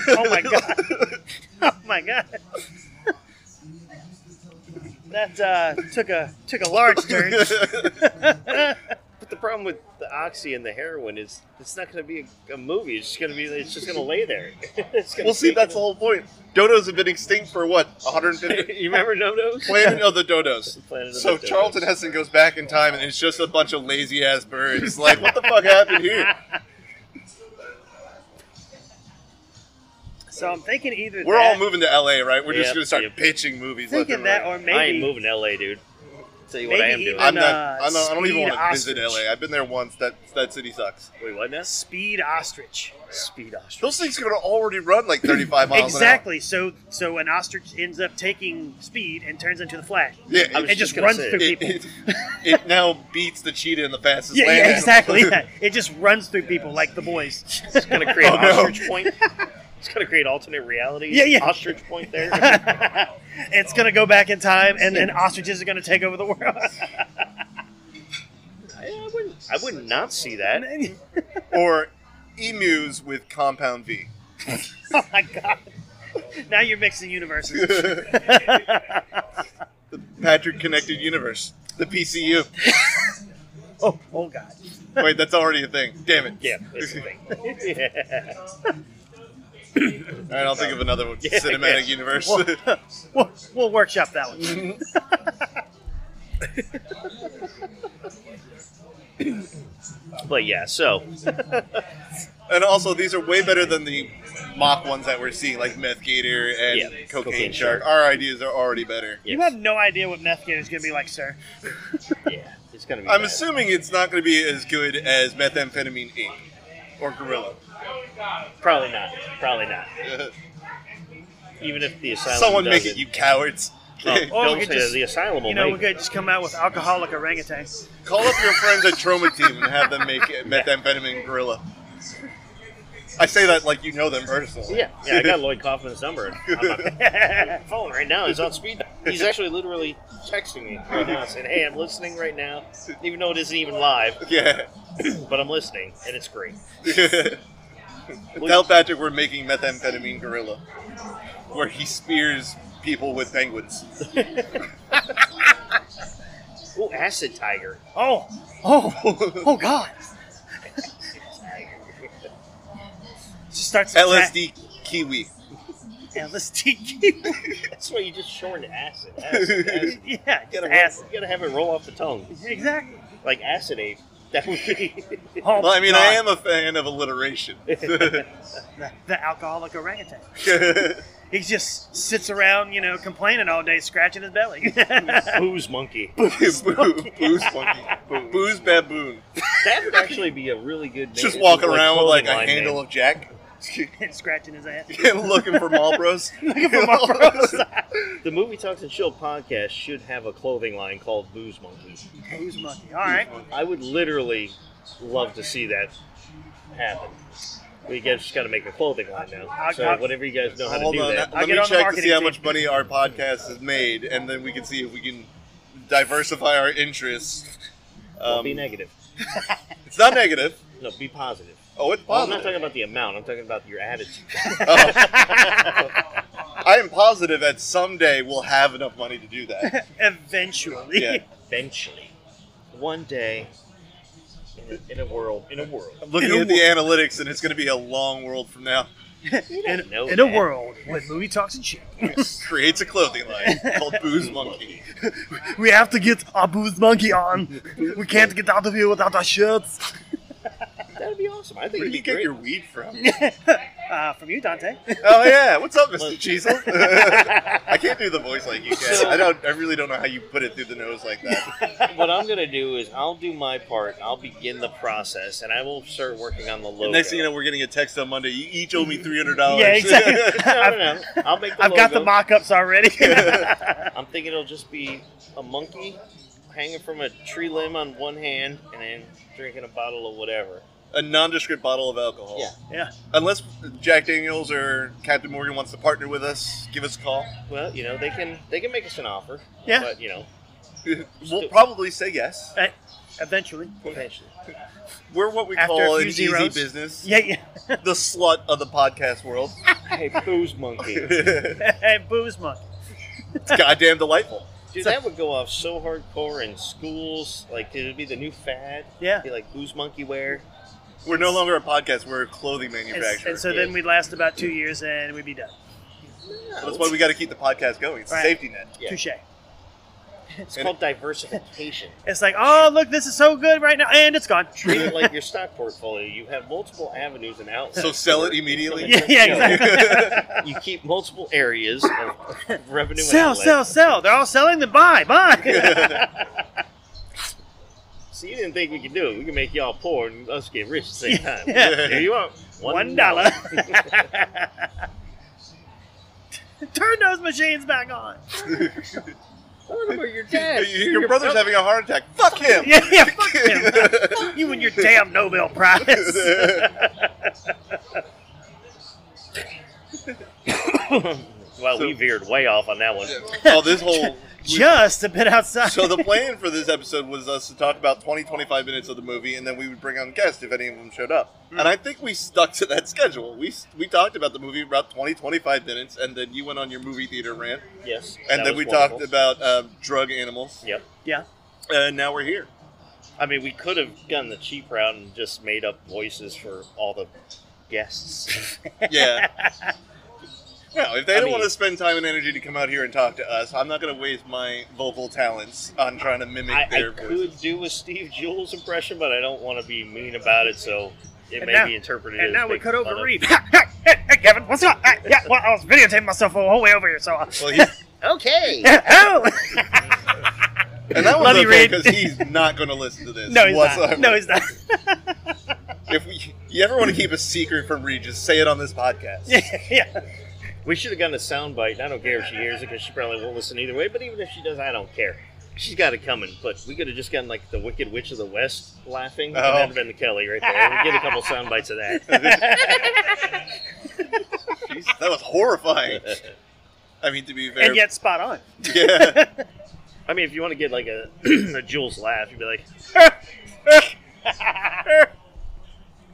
Speaker 2: Oh my god. Oh my god. That uh, took a took a large turn.
Speaker 1: But the problem with the oxy and the heroin is it's not going to be a, a movie. It's just going to be it's just going to lay there. It's gonna
Speaker 3: well, see,
Speaker 1: be-
Speaker 3: that's the whole point. Dodos have been extinct for what 150
Speaker 1: you remember Nodos?
Speaker 3: planet of the dodos.
Speaker 1: Planet of the
Speaker 3: So
Speaker 1: Dodos.
Speaker 3: Charlton Heston goes back in time, and it's just a bunch of lazy ass birds. Like, what the fuck happened here?
Speaker 2: So I'm thinking either
Speaker 3: We're
Speaker 2: that,
Speaker 3: all moving to LA, right? We're just
Speaker 1: Yep,
Speaker 3: gonna start
Speaker 1: yep.
Speaker 3: pitching movies.
Speaker 2: thinking that,
Speaker 3: left and right.
Speaker 2: or
Speaker 1: I ain't
Speaker 2: maybe
Speaker 1: moving to LA, dude. Tell you what
Speaker 2: Maybe
Speaker 1: I am doing.
Speaker 2: even-
Speaker 3: I'm not.
Speaker 2: uh,
Speaker 3: I'm not I don't even
Speaker 2: Speed
Speaker 3: want to visit
Speaker 2: Ostrich.
Speaker 3: LA. I've been there once. That that city sucks.
Speaker 1: Wait, what now?
Speaker 2: speed ostrich.
Speaker 1: Speed ostrich.
Speaker 3: Those things could already run like 35 miles
Speaker 2: Exactly. So so an ostrich ends up taking speed and turns into the Flash.
Speaker 3: an hour. Yeah,
Speaker 1: I
Speaker 3: it,
Speaker 1: was
Speaker 2: It just
Speaker 1: gonna
Speaker 2: runs
Speaker 1: say,
Speaker 2: through
Speaker 3: it,
Speaker 2: people.
Speaker 3: it, it now beats the cheetah in the fastest
Speaker 2: yeah,
Speaker 3: land.
Speaker 2: yeah,
Speaker 3: animal.
Speaker 2: exactly. yeah. It just runs through people like the boys.
Speaker 1: It's going to create
Speaker 3: Oh, no.
Speaker 1: ostrich point. It's going to create alternate reality.
Speaker 2: Yeah, yeah.
Speaker 1: Ostrich point there.
Speaker 2: it's gonna go back in time, and then ostriches are gonna take over the world.
Speaker 1: I, I wouldn't. I would not see that.
Speaker 3: or emus with compound V.
Speaker 2: oh my god! Now you're mixing universes.
Speaker 3: the Patrick Connected Universe. The PCU.
Speaker 2: Oh, oh god!
Speaker 3: Wait, that's already a thing. Damn it.
Speaker 1: Yeah. It's the thing. yeah.
Speaker 3: All right, I'll think of another one.
Speaker 1: Yeah,
Speaker 3: Cinematic Universe.
Speaker 2: Well, we'll, we'll workshop that one.
Speaker 1: But yeah, so
Speaker 3: And also, these are way better than the mock ones that we're seeing, like Meth Gator and
Speaker 1: Yeah,
Speaker 3: Cocaine,
Speaker 1: Cocaine
Speaker 3: Shark.
Speaker 1: Shark.
Speaker 3: Our ideas are already better.
Speaker 2: You
Speaker 1: yes.
Speaker 2: have no idea what Meth Gator's going to be like, sir.
Speaker 1: yeah, it's gonna be.
Speaker 3: I'm
Speaker 1: bad.
Speaker 3: assuming it's not going to be as good as Methamphetamine Inc. or Gorilla.
Speaker 1: probably not. Probably not. Even if the asylum.
Speaker 3: Someone
Speaker 1: does
Speaker 3: make it, you cowards.
Speaker 1: Oh,
Speaker 2: Or we
Speaker 1: don't
Speaker 2: could
Speaker 1: say
Speaker 2: just-
Speaker 1: the asylum will
Speaker 2: You know, we
Speaker 1: make it.
Speaker 2: could just come out with alcoholic orangutans.
Speaker 3: Call up your friends at Trauma Team and have them make it Methamphetamine Gorilla. I say that like you know them personally.
Speaker 1: Yeah, yeah, I got Lloyd Kaufman's number. and I'm on my phone right now. He's on speed. dial. He's actually literally texting me right now, saying, "Hey, I'm listening right now, even though it isn't even live,
Speaker 3: yeah.
Speaker 1: but I'm listening, and it's great."
Speaker 3: Tell Patrick we're making Methamphetamine Gorilla, where he spears people with penguins.
Speaker 1: Ooh, acid tiger.
Speaker 2: Oh, oh, oh, God. just starts
Speaker 3: LSD kiwi.
Speaker 2: LSD.
Speaker 1: That's why you just shorn acid. Acid. acid.
Speaker 2: yeah,
Speaker 1: You
Speaker 2: just
Speaker 1: gotta,
Speaker 2: acid.
Speaker 1: you gotta have it roll off the tongue,
Speaker 2: Exactly.
Speaker 1: like acid ape. That would be.
Speaker 2: Oh,
Speaker 3: Well, I mean, I
Speaker 2: God.
Speaker 3: am a fan of alliteration.
Speaker 2: the, the alcoholic orangutan. He just sits around, you know, complaining all day, scratching his belly. that
Speaker 1: Booze monkey.
Speaker 3: Booze monkey. Booze baboon.
Speaker 1: That would actually be a really good.
Speaker 3: Just
Speaker 1: name-
Speaker 3: walking around with like
Speaker 1: clothing
Speaker 3: a
Speaker 1: line
Speaker 3: handle
Speaker 1: name.
Speaker 3: of Jack.
Speaker 2: and scratching his ass.
Speaker 3: Looking for Marlboros. Looking
Speaker 2: for Marlboros.
Speaker 1: The movie talks and chill podcast should have a clothing line called Booze Monkey.
Speaker 2: Booze monkey. All right.
Speaker 1: I would literally love to see that happen. We guys just got to make a clothing line now.
Speaker 2: I'll-
Speaker 1: So
Speaker 2: I'll-
Speaker 1: whatever you guys know how to
Speaker 3: Hold
Speaker 1: do
Speaker 3: on.
Speaker 1: that.
Speaker 2: I'll
Speaker 3: Let me
Speaker 2: get on the
Speaker 3: check to
Speaker 2: marketing
Speaker 3: see how
Speaker 2: team.
Speaker 3: much money our podcast has made, and then we can see if we can diversify our interests.
Speaker 1: Don't
Speaker 3: Um,
Speaker 1: be negative.
Speaker 3: it's not negative.
Speaker 1: No, be positive.
Speaker 3: Oh, it's
Speaker 1: Well, I'm not
Speaker 3: positive.
Speaker 1: talking about the amount. I'm talking about your attitude.
Speaker 3: Oh. I am positive that someday we'll have enough money to do that.
Speaker 2: Eventually.
Speaker 3: Yeah.
Speaker 1: Eventually, one day, in a, in a world, in a world,
Speaker 3: I'm looking at the analytics, and it's going to be a long world from now.
Speaker 1: you
Speaker 2: In,
Speaker 1: don't know
Speaker 2: in a
Speaker 1: that.
Speaker 2: world with movie talks and shit,
Speaker 3: Creates a clothing line called Booze Monkey.
Speaker 2: we have to get our booze monkey on. We can't get out of here without our shirts.
Speaker 1: That'd be awesome. I think
Speaker 3: Where
Speaker 1: it'd
Speaker 3: do
Speaker 1: be
Speaker 3: you get
Speaker 1: great.
Speaker 3: your weed from?
Speaker 2: Uh, from you, Dante.
Speaker 3: Oh yeah, what's up, Mr.
Speaker 1: Look.
Speaker 3: Cheezel? I can't do the voice like you can.
Speaker 1: So-
Speaker 3: I don't. I really don't know how you put it through the nose like that.
Speaker 1: what I'm gonna do is I'll do my part. I'll begin the process, and I will start working on the logo.
Speaker 3: Next thing you know, we're getting a text on Monday. You each owe me three hundred dollars.
Speaker 2: Yeah, exactly.
Speaker 1: no, no, no. I'll make. The
Speaker 2: I've got the
Speaker 1: logo.
Speaker 2: mock-ups already.
Speaker 1: I'm thinking it'll just be a monkey hanging from a tree limb on one hand and then drinking a bottle of whatever.
Speaker 3: a nondescript bottle of alcohol.
Speaker 1: Yeah.
Speaker 2: yeah.
Speaker 3: Unless Jack Daniels or Captain Morgan wants to partner with us, give us a call.
Speaker 1: Well, you know they can they can make us an offer.
Speaker 2: Yeah.
Speaker 1: But you know
Speaker 3: we'll probably say yes.
Speaker 2: Uh, eventually.
Speaker 1: eventually.
Speaker 3: We're what we
Speaker 2: After a
Speaker 3: call
Speaker 2: few
Speaker 3: an easy
Speaker 2: zeros.
Speaker 3: business.
Speaker 2: Yeah, yeah.
Speaker 3: The slut of the podcast world.
Speaker 1: hey, booze monkey.
Speaker 3: it's
Speaker 2: hey, booze monkey.
Speaker 3: goddamn delightful.
Speaker 1: Dude, that would go off so hardcore in schools. Like it would be the new fad.
Speaker 2: Yeah.
Speaker 1: Be like booze monkey wear.
Speaker 3: We're no longer a podcast. We're a clothing
Speaker 2: And,
Speaker 3: manufacturer.
Speaker 2: and so then we'd last about two years and we'd be done.
Speaker 3: That's why we got to keep the podcast going. It's a
Speaker 2: Right.
Speaker 3: safety net.
Speaker 1: Yeah.
Speaker 2: Touche.
Speaker 1: It's called diversification.
Speaker 2: It's like, oh, look, this is so good right now, and it's gone.
Speaker 1: Treat it like your stock portfolio. You have multiple avenues and outlets.
Speaker 3: So sell it immediately.
Speaker 2: Yeah, yeah, exactly.
Speaker 1: You keep multiple areas of revenue.
Speaker 2: Sell,
Speaker 1: outlets.
Speaker 2: sell, sell. They're all selling. Then buy, buy.
Speaker 1: So you didn't think we could do it. We can make y'all poor and us get rich at the same time.
Speaker 2: Yeah.
Speaker 1: Here you are.
Speaker 2: One dollar. Turn those machines back on.
Speaker 1: I wonder where your dad.
Speaker 3: your, your brother's having a heart attack. Fuck him.
Speaker 2: Yeah, yeah. Fuck him. you and your damn Nobel Prize.
Speaker 1: Well, we
Speaker 3: So-
Speaker 1: veered way off on that one.
Speaker 3: oh, this whole.
Speaker 2: Just a bit outside.
Speaker 3: So the plan for this episode was us to talk about 20, 25 minutes of the movie, and then we would bring on guests if any of them showed up.
Speaker 2: Hmm.
Speaker 3: And I think we stuck to that schedule. We we talked about the movie about 20, 25 minutes, and then you went on your movie theater rant,
Speaker 1: Yes.
Speaker 3: and
Speaker 1: that
Speaker 3: then
Speaker 1: was
Speaker 3: we
Speaker 1: wonderful.
Speaker 3: talked about um, drug animals,
Speaker 1: Yep.
Speaker 2: yeah.
Speaker 3: and now we're here.
Speaker 1: I mean, we could have gone the cheap route and just made up voices for all the guests.
Speaker 3: Yeah, No, if
Speaker 1: I
Speaker 3: they don't
Speaker 1: mean-
Speaker 3: want to spend time and energy to come out here and talk to us, I'm not going to waste my vocal talents on trying to mimic
Speaker 1: I, I
Speaker 3: their
Speaker 1: could do a Steve Jules impression, but I don't want to be mean about it, so it
Speaker 2: And
Speaker 1: may
Speaker 2: now-
Speaker 1: be interpreted.
Speaker 2: And
Speaker 1: as
Speaker 2: now we
Speaker 1: making
Speaker 2: cut
Speaker 1: fun
Speaker 2: over
Speaker 1: of-
Speaker 2: Reed. hey, hey, Kevin, what's up? Hey, yeah, well, I was videotaping myself the whole way over here, so. Uh,
Speaker 3: voice. Well, he's,
Speaker 1: Okay.
Speaker 2: oh!
Speaker 3: and that was
Speaker 2: Love you,
Speaker 3: okay
Speaker 2: Reed.
Speaker 3: because he's not going to listen to this.
Speaker 2: no, he's
Speaker 3: whatsoever.
Speaker 2: not. No, he's not.
Speaker 3: If we, you ever want to keep a secret from Reed, just say it on this podcast.
Speaker 2: yeah, yeah.
Speaker 1: We should have gotten a soundbite. and I don't care if she hears it because she probably won't listen either way. But even if she does, I don't care. She's got it coming. But we could have just gotten like the Wicked Witch of the West laughing.
Speaker 3: Oh.
Speaker 1: And that'd have been the Kelly right there. We get a couple sound bites of that.
Speaker 3: Jeez, that was horrifying. I mean, to be fair,
Speaker 2: And yet, spot on.
Speaker 3: yeah.
Speaker 1: I mean, if you want to get like a, a Jules laugh, you'd be like,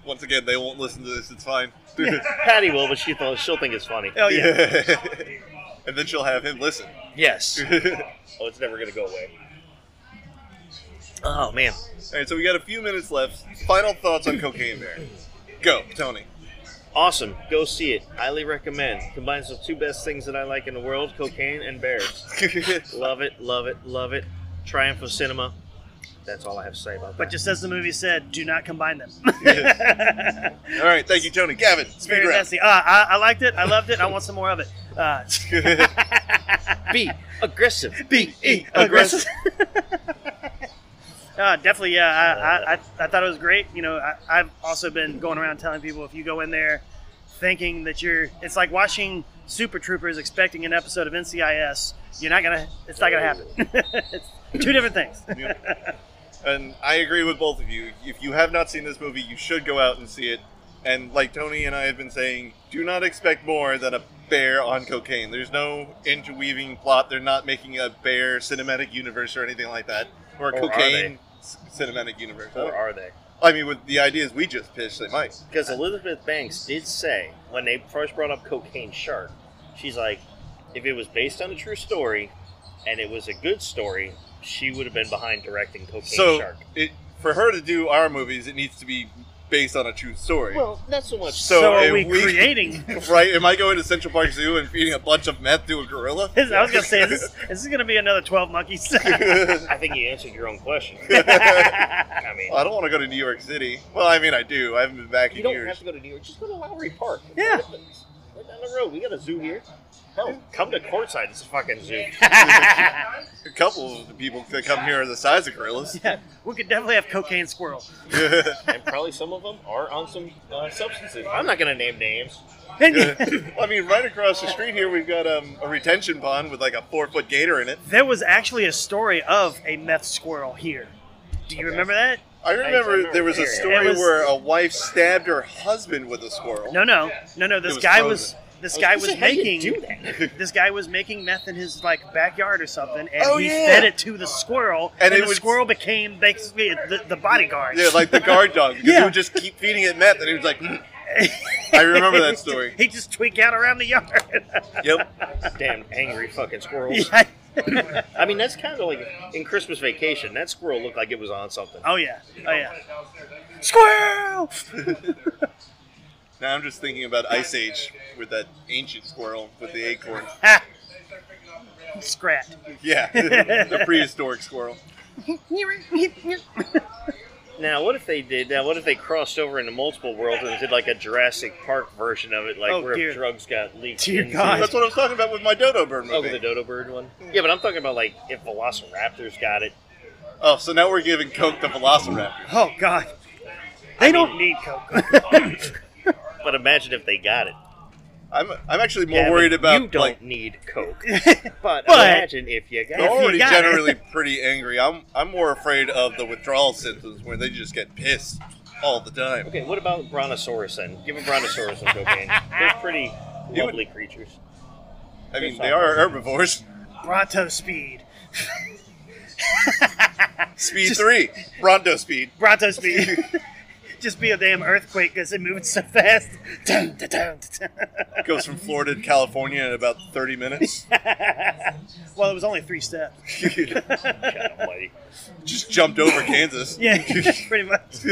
Speaker 3: Once again, they won't listen to this. It's fine.
Speaker 1: Patty will, but she th- she'll think it's funny.
Speaker 2: Oh, yeah.
Speaker 3: and then she'll have him listen.
Speaker 1: Yes.
Speaker 3: All right,
Speaker 1: Oh, it's never gonna go away. Oh man.
Speaker 3: so we got a few minutes left. Final thoughts on Cocaine Bear. Go, Tony.
Speaker 1: Awesome. Go see it. Highly recommend. Combines the two best things that I like in the world cocaine and bears. Love it, love it, love it. Triumph of cinema. That's all I have to say about
Speaker 2: But
Speaker 1: that.
Speaker 2: just as the movie said, do not combine them.
Speaker 3: All right, thank you, Tony. Gavin, speed
Speaker 2: Very
Speaker 3: round.
Speaker 2: messy. Uh, I, I liked it. I loved it. I want some more of it. Uh,
Speaker 1: be aggressive.
Speaker 2: B E
Speaker 1: aggressive.
Speaker 2: uh, definitely, yeah. I, I, I, I thought it was great. You know, I, I've also been going around telling people if you go in there thinking that you're, it's like watching Super Troopers expecting an episode of NCIS. You're not gonna. It's not gonna happen. it's two different things.
Speaker 3: and I agree with both of you. If you have not seen this movie, you should go out and see it. And like Tony and I have been saying, do not expect more than a bear on cocaine. There's no interweaving plot. They're not making a bear cinematic universe or anything like that, or a
Speaker 1: Or are
Speaker 3: cocaine c- cinematic universe.
Speaker 1: Or are they?
Speaker 3: I mean, with the ideas we just pitched, they might.
Speaker 1: Because Elizabeth Banks did say when they first brought up Cocaine Shark, she's like, if it was based on a true story and it was a good story, she would have been behind directing Cocaine
Speaker 3: So
Speaker 1: Shark.
Speaker 3: it for her to do our movies, it needs to be based on a true story.
Speaker 1: Well, not so much.
Speaker 3: So
Speaker 2: are
Speaker 3: if
Speaker 2: we,
Speaker 3: we-
Speaker 2: creating?
Speaker 3: right? Am I going to Central Park Zoo and feeding a bunch of meth to a gorilla?
Speaker 2: I was gonna say, is this, is this gonna be another Twelve Monkeys?
Speaker 1: I think you answered your own question.
Speaker 2: yeah,
Speaker 1: I mean,
Speaker 3: I don't want to go to New York City. Well, I mean, I do. I haven't been back
Speaker 1: you
Speaker 3: in
Speaker 1: don't
Speaker 3: years.
Speaker 1: have to go to New York. Just go to Lowry Park.
Speaker 2: Yeah.
Speaker 1: Right down the road. We got a zoo here. Hell, come to Courtside. It's a fucking zoo.
Speaker 3: A couple of the people that come here are the size of gorillas.
Speaker 2: we could definitely have cocaine squirrel.
Speaker 1: and probably some of them are on some uh, substances. I'm not going to name names.
Speaker 3: I mean, right across the street here, we've got um, a retention pond with like a four foot gator in it.
Speaker 2: There was actually a story of a meth squirrel here. Do you
Speaker 1: Okay.
Speaker 2: remember that?
Speaker 3: I remember,
Speaker 1: remember
Speaker 3: there was a
Speaker 1: hearing it.
Speaker 3: story
Speaker 2: It was-
Speaker 3: where a wife stabbed her husband with a squirrel.
Speaker 2: No, no, no, no. This
Speaker 3: was
Speaker 2: guy
Speaker 3: frozen.
Speaker 2: was this
Speaker 1: I
Speaker 2: guy
Speaker 1: gonna
Speaker 2: was
Speaker 1: say, how do you
Speaker 2: making
Speaker 1: do that?
Speaker 2: this guy was making meth in his like backyard or something, and
Speaker 3: Oh,
Speaker 2: he
Speaker 3: yeah.
Speaker 2: fed it to the squirrel,
Speaker 3: And
Speaker 2: and,
Speaker 3: it
Speaker 2: the
Speaker 3: would-
Speaker 2: squirrel became basically the, the bodyguard.
Speaker 3: Yeah, like the guard dog. Because he
Speaker 2: Yeah.
Speaker 3: would just keep feeding it meth, and he was like, "Mm." I remember that story.
Speaker 2: he just tweak out around the yard.
Speaker 3: Yep.
Speaker 1: Damn angry fucking squirrels.
Speaker 2: Yeah.
Speaker 1: I mean, that's kind of like in Christmas Vacation. That squirrel looked like it was on something.
Speaker 2: Oh yeah. Oh yeah. Squirrel.
Speaker 3: Now I'm just thinking about Ice Age with that ancient squirrel with the acorn.
Speaker 2: Ha. Scrat.
Speaker 3: Yeah, the prehistoric squirrel.
Speaker 1: Now, what if they did that? What if they crossed over into multiple worlds and did like a Jurassic Park version of it, like
Speaker 2: Oh,
Speaker 1: where
Speaker 2: dear.
Speaker 1: drugs got leaked?
Speaker 2: Dear
Speaker 1: into-
Speaker 2: God.
Speaker 3: That's what I was talking about with my dodo bird
Speaker 1: Oh, with the
Speaker 3: movie.
Speaker 1: dodo bird one. Yeah, but I'm talking about like if Velociraptors got it.
Speaker 3: Oh, so now we're giving Coke to Velociraptor.
Speaker 2: Oh God. They don't need coke.
Speaker 1: But imagine if they got it.
Speaker 3: I'm, I'm actually more
Speaker 1: Gavin,
Speaker 3: worried about
Speaker 1: you don't
Speaker 3: like
Speaker 1: need coke. But,
Speaker 2: But-
Speaker 1: imagine if you got
Speaker 3: they're
Speaker 1: it.
Speaker 3: already
Speaker 2: got it.
Speaker 3: generally pretty angry. I'm I'm more afraid of the withdrawal symptoms where they just get pissed all the time.
Speaker 1: Okay, what about Brontosaurus then? Give a Brontosaurus some cocaine. They're pretty
Speaker 3: You would-
Speaker 1: lovely creatures.
Speaker 3: I mean, they are herbivores.
Speaker 2: Bronto speed.
Speaker 3: Speed three, Rondo speed.
Speaker 2: Bronto speed. Just be a damn earthquake because it moves so fast. Dun, dun, dun, dun, dun.
Speaker 3: Goes from Florida to California in about 30 minutes.
Speaker 2: well, it was only three steps.
Speaker 1: God almighty.
Speaker 3: just jumped over Kansas.
Speaker 2: Yeah, pretty much.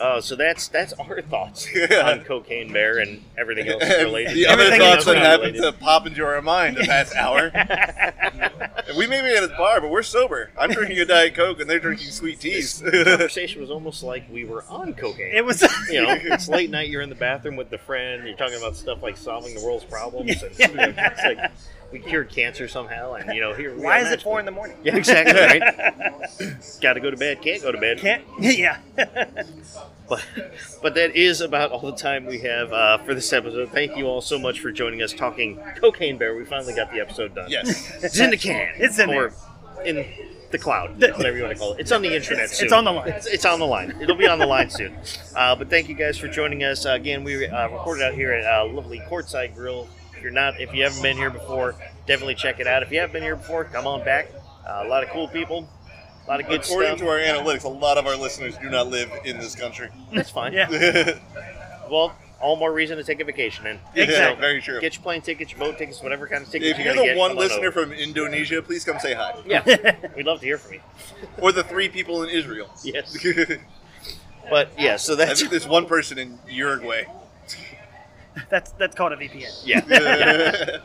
Speaker 1: Uh, so that's that's our thoughts
Speaker 3: Yeah.
Speaker 1: on Cocaine Bear and everything else
Speaker 3: And
Speaker 1: related.
Speaker 3: the other
Speaker 2: Everything
Speaker 3: thoughts
Speaker 2: else
Speaker 3: that
Speaker 2: related.
Speaker 3: happened to pop into our mind the past hour.
Speaker 1: happened.
Speaker 3: And we may be at a bar, but we're sober. I'm drinking a Diet Coke and they're drinking sweet teas.
Speaker 1: conversation was almost like we were on cocaine.
Speaker 2: It was.
Speaker 1: you know, it's late night. You're in the bathroom with the friend. You're talking about stuff like solving the world's problems. And, you know, it's like we cured cancer somehow, and you know, here. we are
Speaker 2: Why is it
Speaker 1: magically-
Speaker 2: four in the morning?
Speaker 1: Yeah, exactly. Right. Got to go to bed. Can't go to bed.
Speaker 2: Can't. Yeah.
Speaker 1: But, but that is about all the time we have uh, for this episode. Thank you all so much for joining us talking Cocaine Bear. We finally got the episode done.
Speaker 3: yes.
Speaker 1: It's in the can.
Speaker 2: It's in
Speaker 1: or in the cloud,
Speaker 2: The-
Speaker 1: whatever you want to call it. It's on the internet
Speaker 2: It's-
Speaker 1: soon.
Speaker 2: it's on the line.
Speaker 1: It's, it's on the line. It'll be on the line soon. Uh, but thank you guys for joining us. Uh, again, we uh, recorded out here at uh, lovely Courtside Grill. If you're not, if you haven't been here before, definitely check it out. If you have been here before, come on back. Uh, a lot of cool people, a lot of good stuff.
Speaker 3: According to our analytics, a lot of our listeners do not live in this country.
Speaker 1: That's fine.
Speaker 2: Yeah.
Speaker 1: Well, all more reason to take a vacation then.
Speaker 3: Yeah,
Speaker 2: Exactly.
Speaker 3: very true.
Speaker 1: Get your plane tickets, your boat tickets, whatever kind of tickets
Speaker 3: If you're
Speaker 1: gonna
Speaker 3: the
Speaker 1: get,
Speaker 3: one
Speaker 1: come on
Speaker 3: listener
Speaker 1: over.
Speaker 3: from Indonesia, please come say hi.
Speaker 1: yeah, we'd love to hear from you.
Speaker 3: Or the three people in Israel.
Speaker 1: Yes,
Speaker 3: I
Speaker 1: but yeah, so that's
Speaker 3: think there's one person in Uruguay.
Speaker 2: That's that's called a VPN.
Speaker 1: yeah.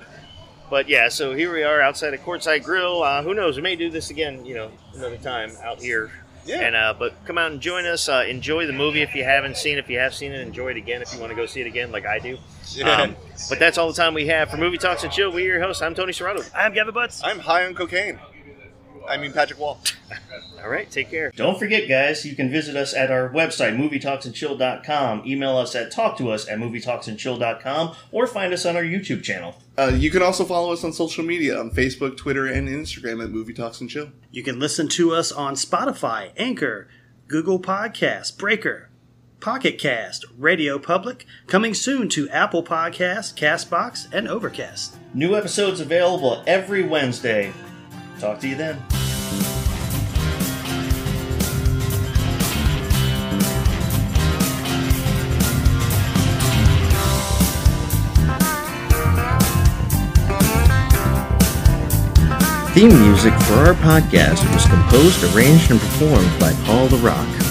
Speaker 1: But yeah, so here we are outside of Courtside Grill. Uh, who knows? We may do this again, you know, another time out here.
Speaker 3: Yeah.
Speaker 1: And uh, but come out and join us. Uh, enjoy the movie if you haven't seen. it. If you have seen it, enjoy it again. If you want to go see it again, like I do. Um, but that's all the time we have for movie talks and chill. We're your host. I'm Tony Serrato.
Speaker 2: I'm Gavin Butts.
Speaker 3: I'm high on cocaine. I mean Patrick Wall.
Speaker 1: All right, take care. Don't forget, guys, you can visit us at our website, movietalksandchill.com. Email us at talktous at movietalksandchill.com or find us on our YouTube channel.
Speaker 3: Uh, you can also follow us on social media on Facebook, Twitter, and Instagram at Movie Talks and Chill.
Speaker 4: You can listen to us on Spotify, Anchor, Google Podcasts, Breaker, Pocket Cast, Radio Public, coming soon to Apple Podcasts, Castbox, and Overcast.
Speaker 1: New episodes available every Wednesday. Talk to you then.
Speaker 5: Theme music for our podcast was composed, arranged, and performed by Paul the Rock.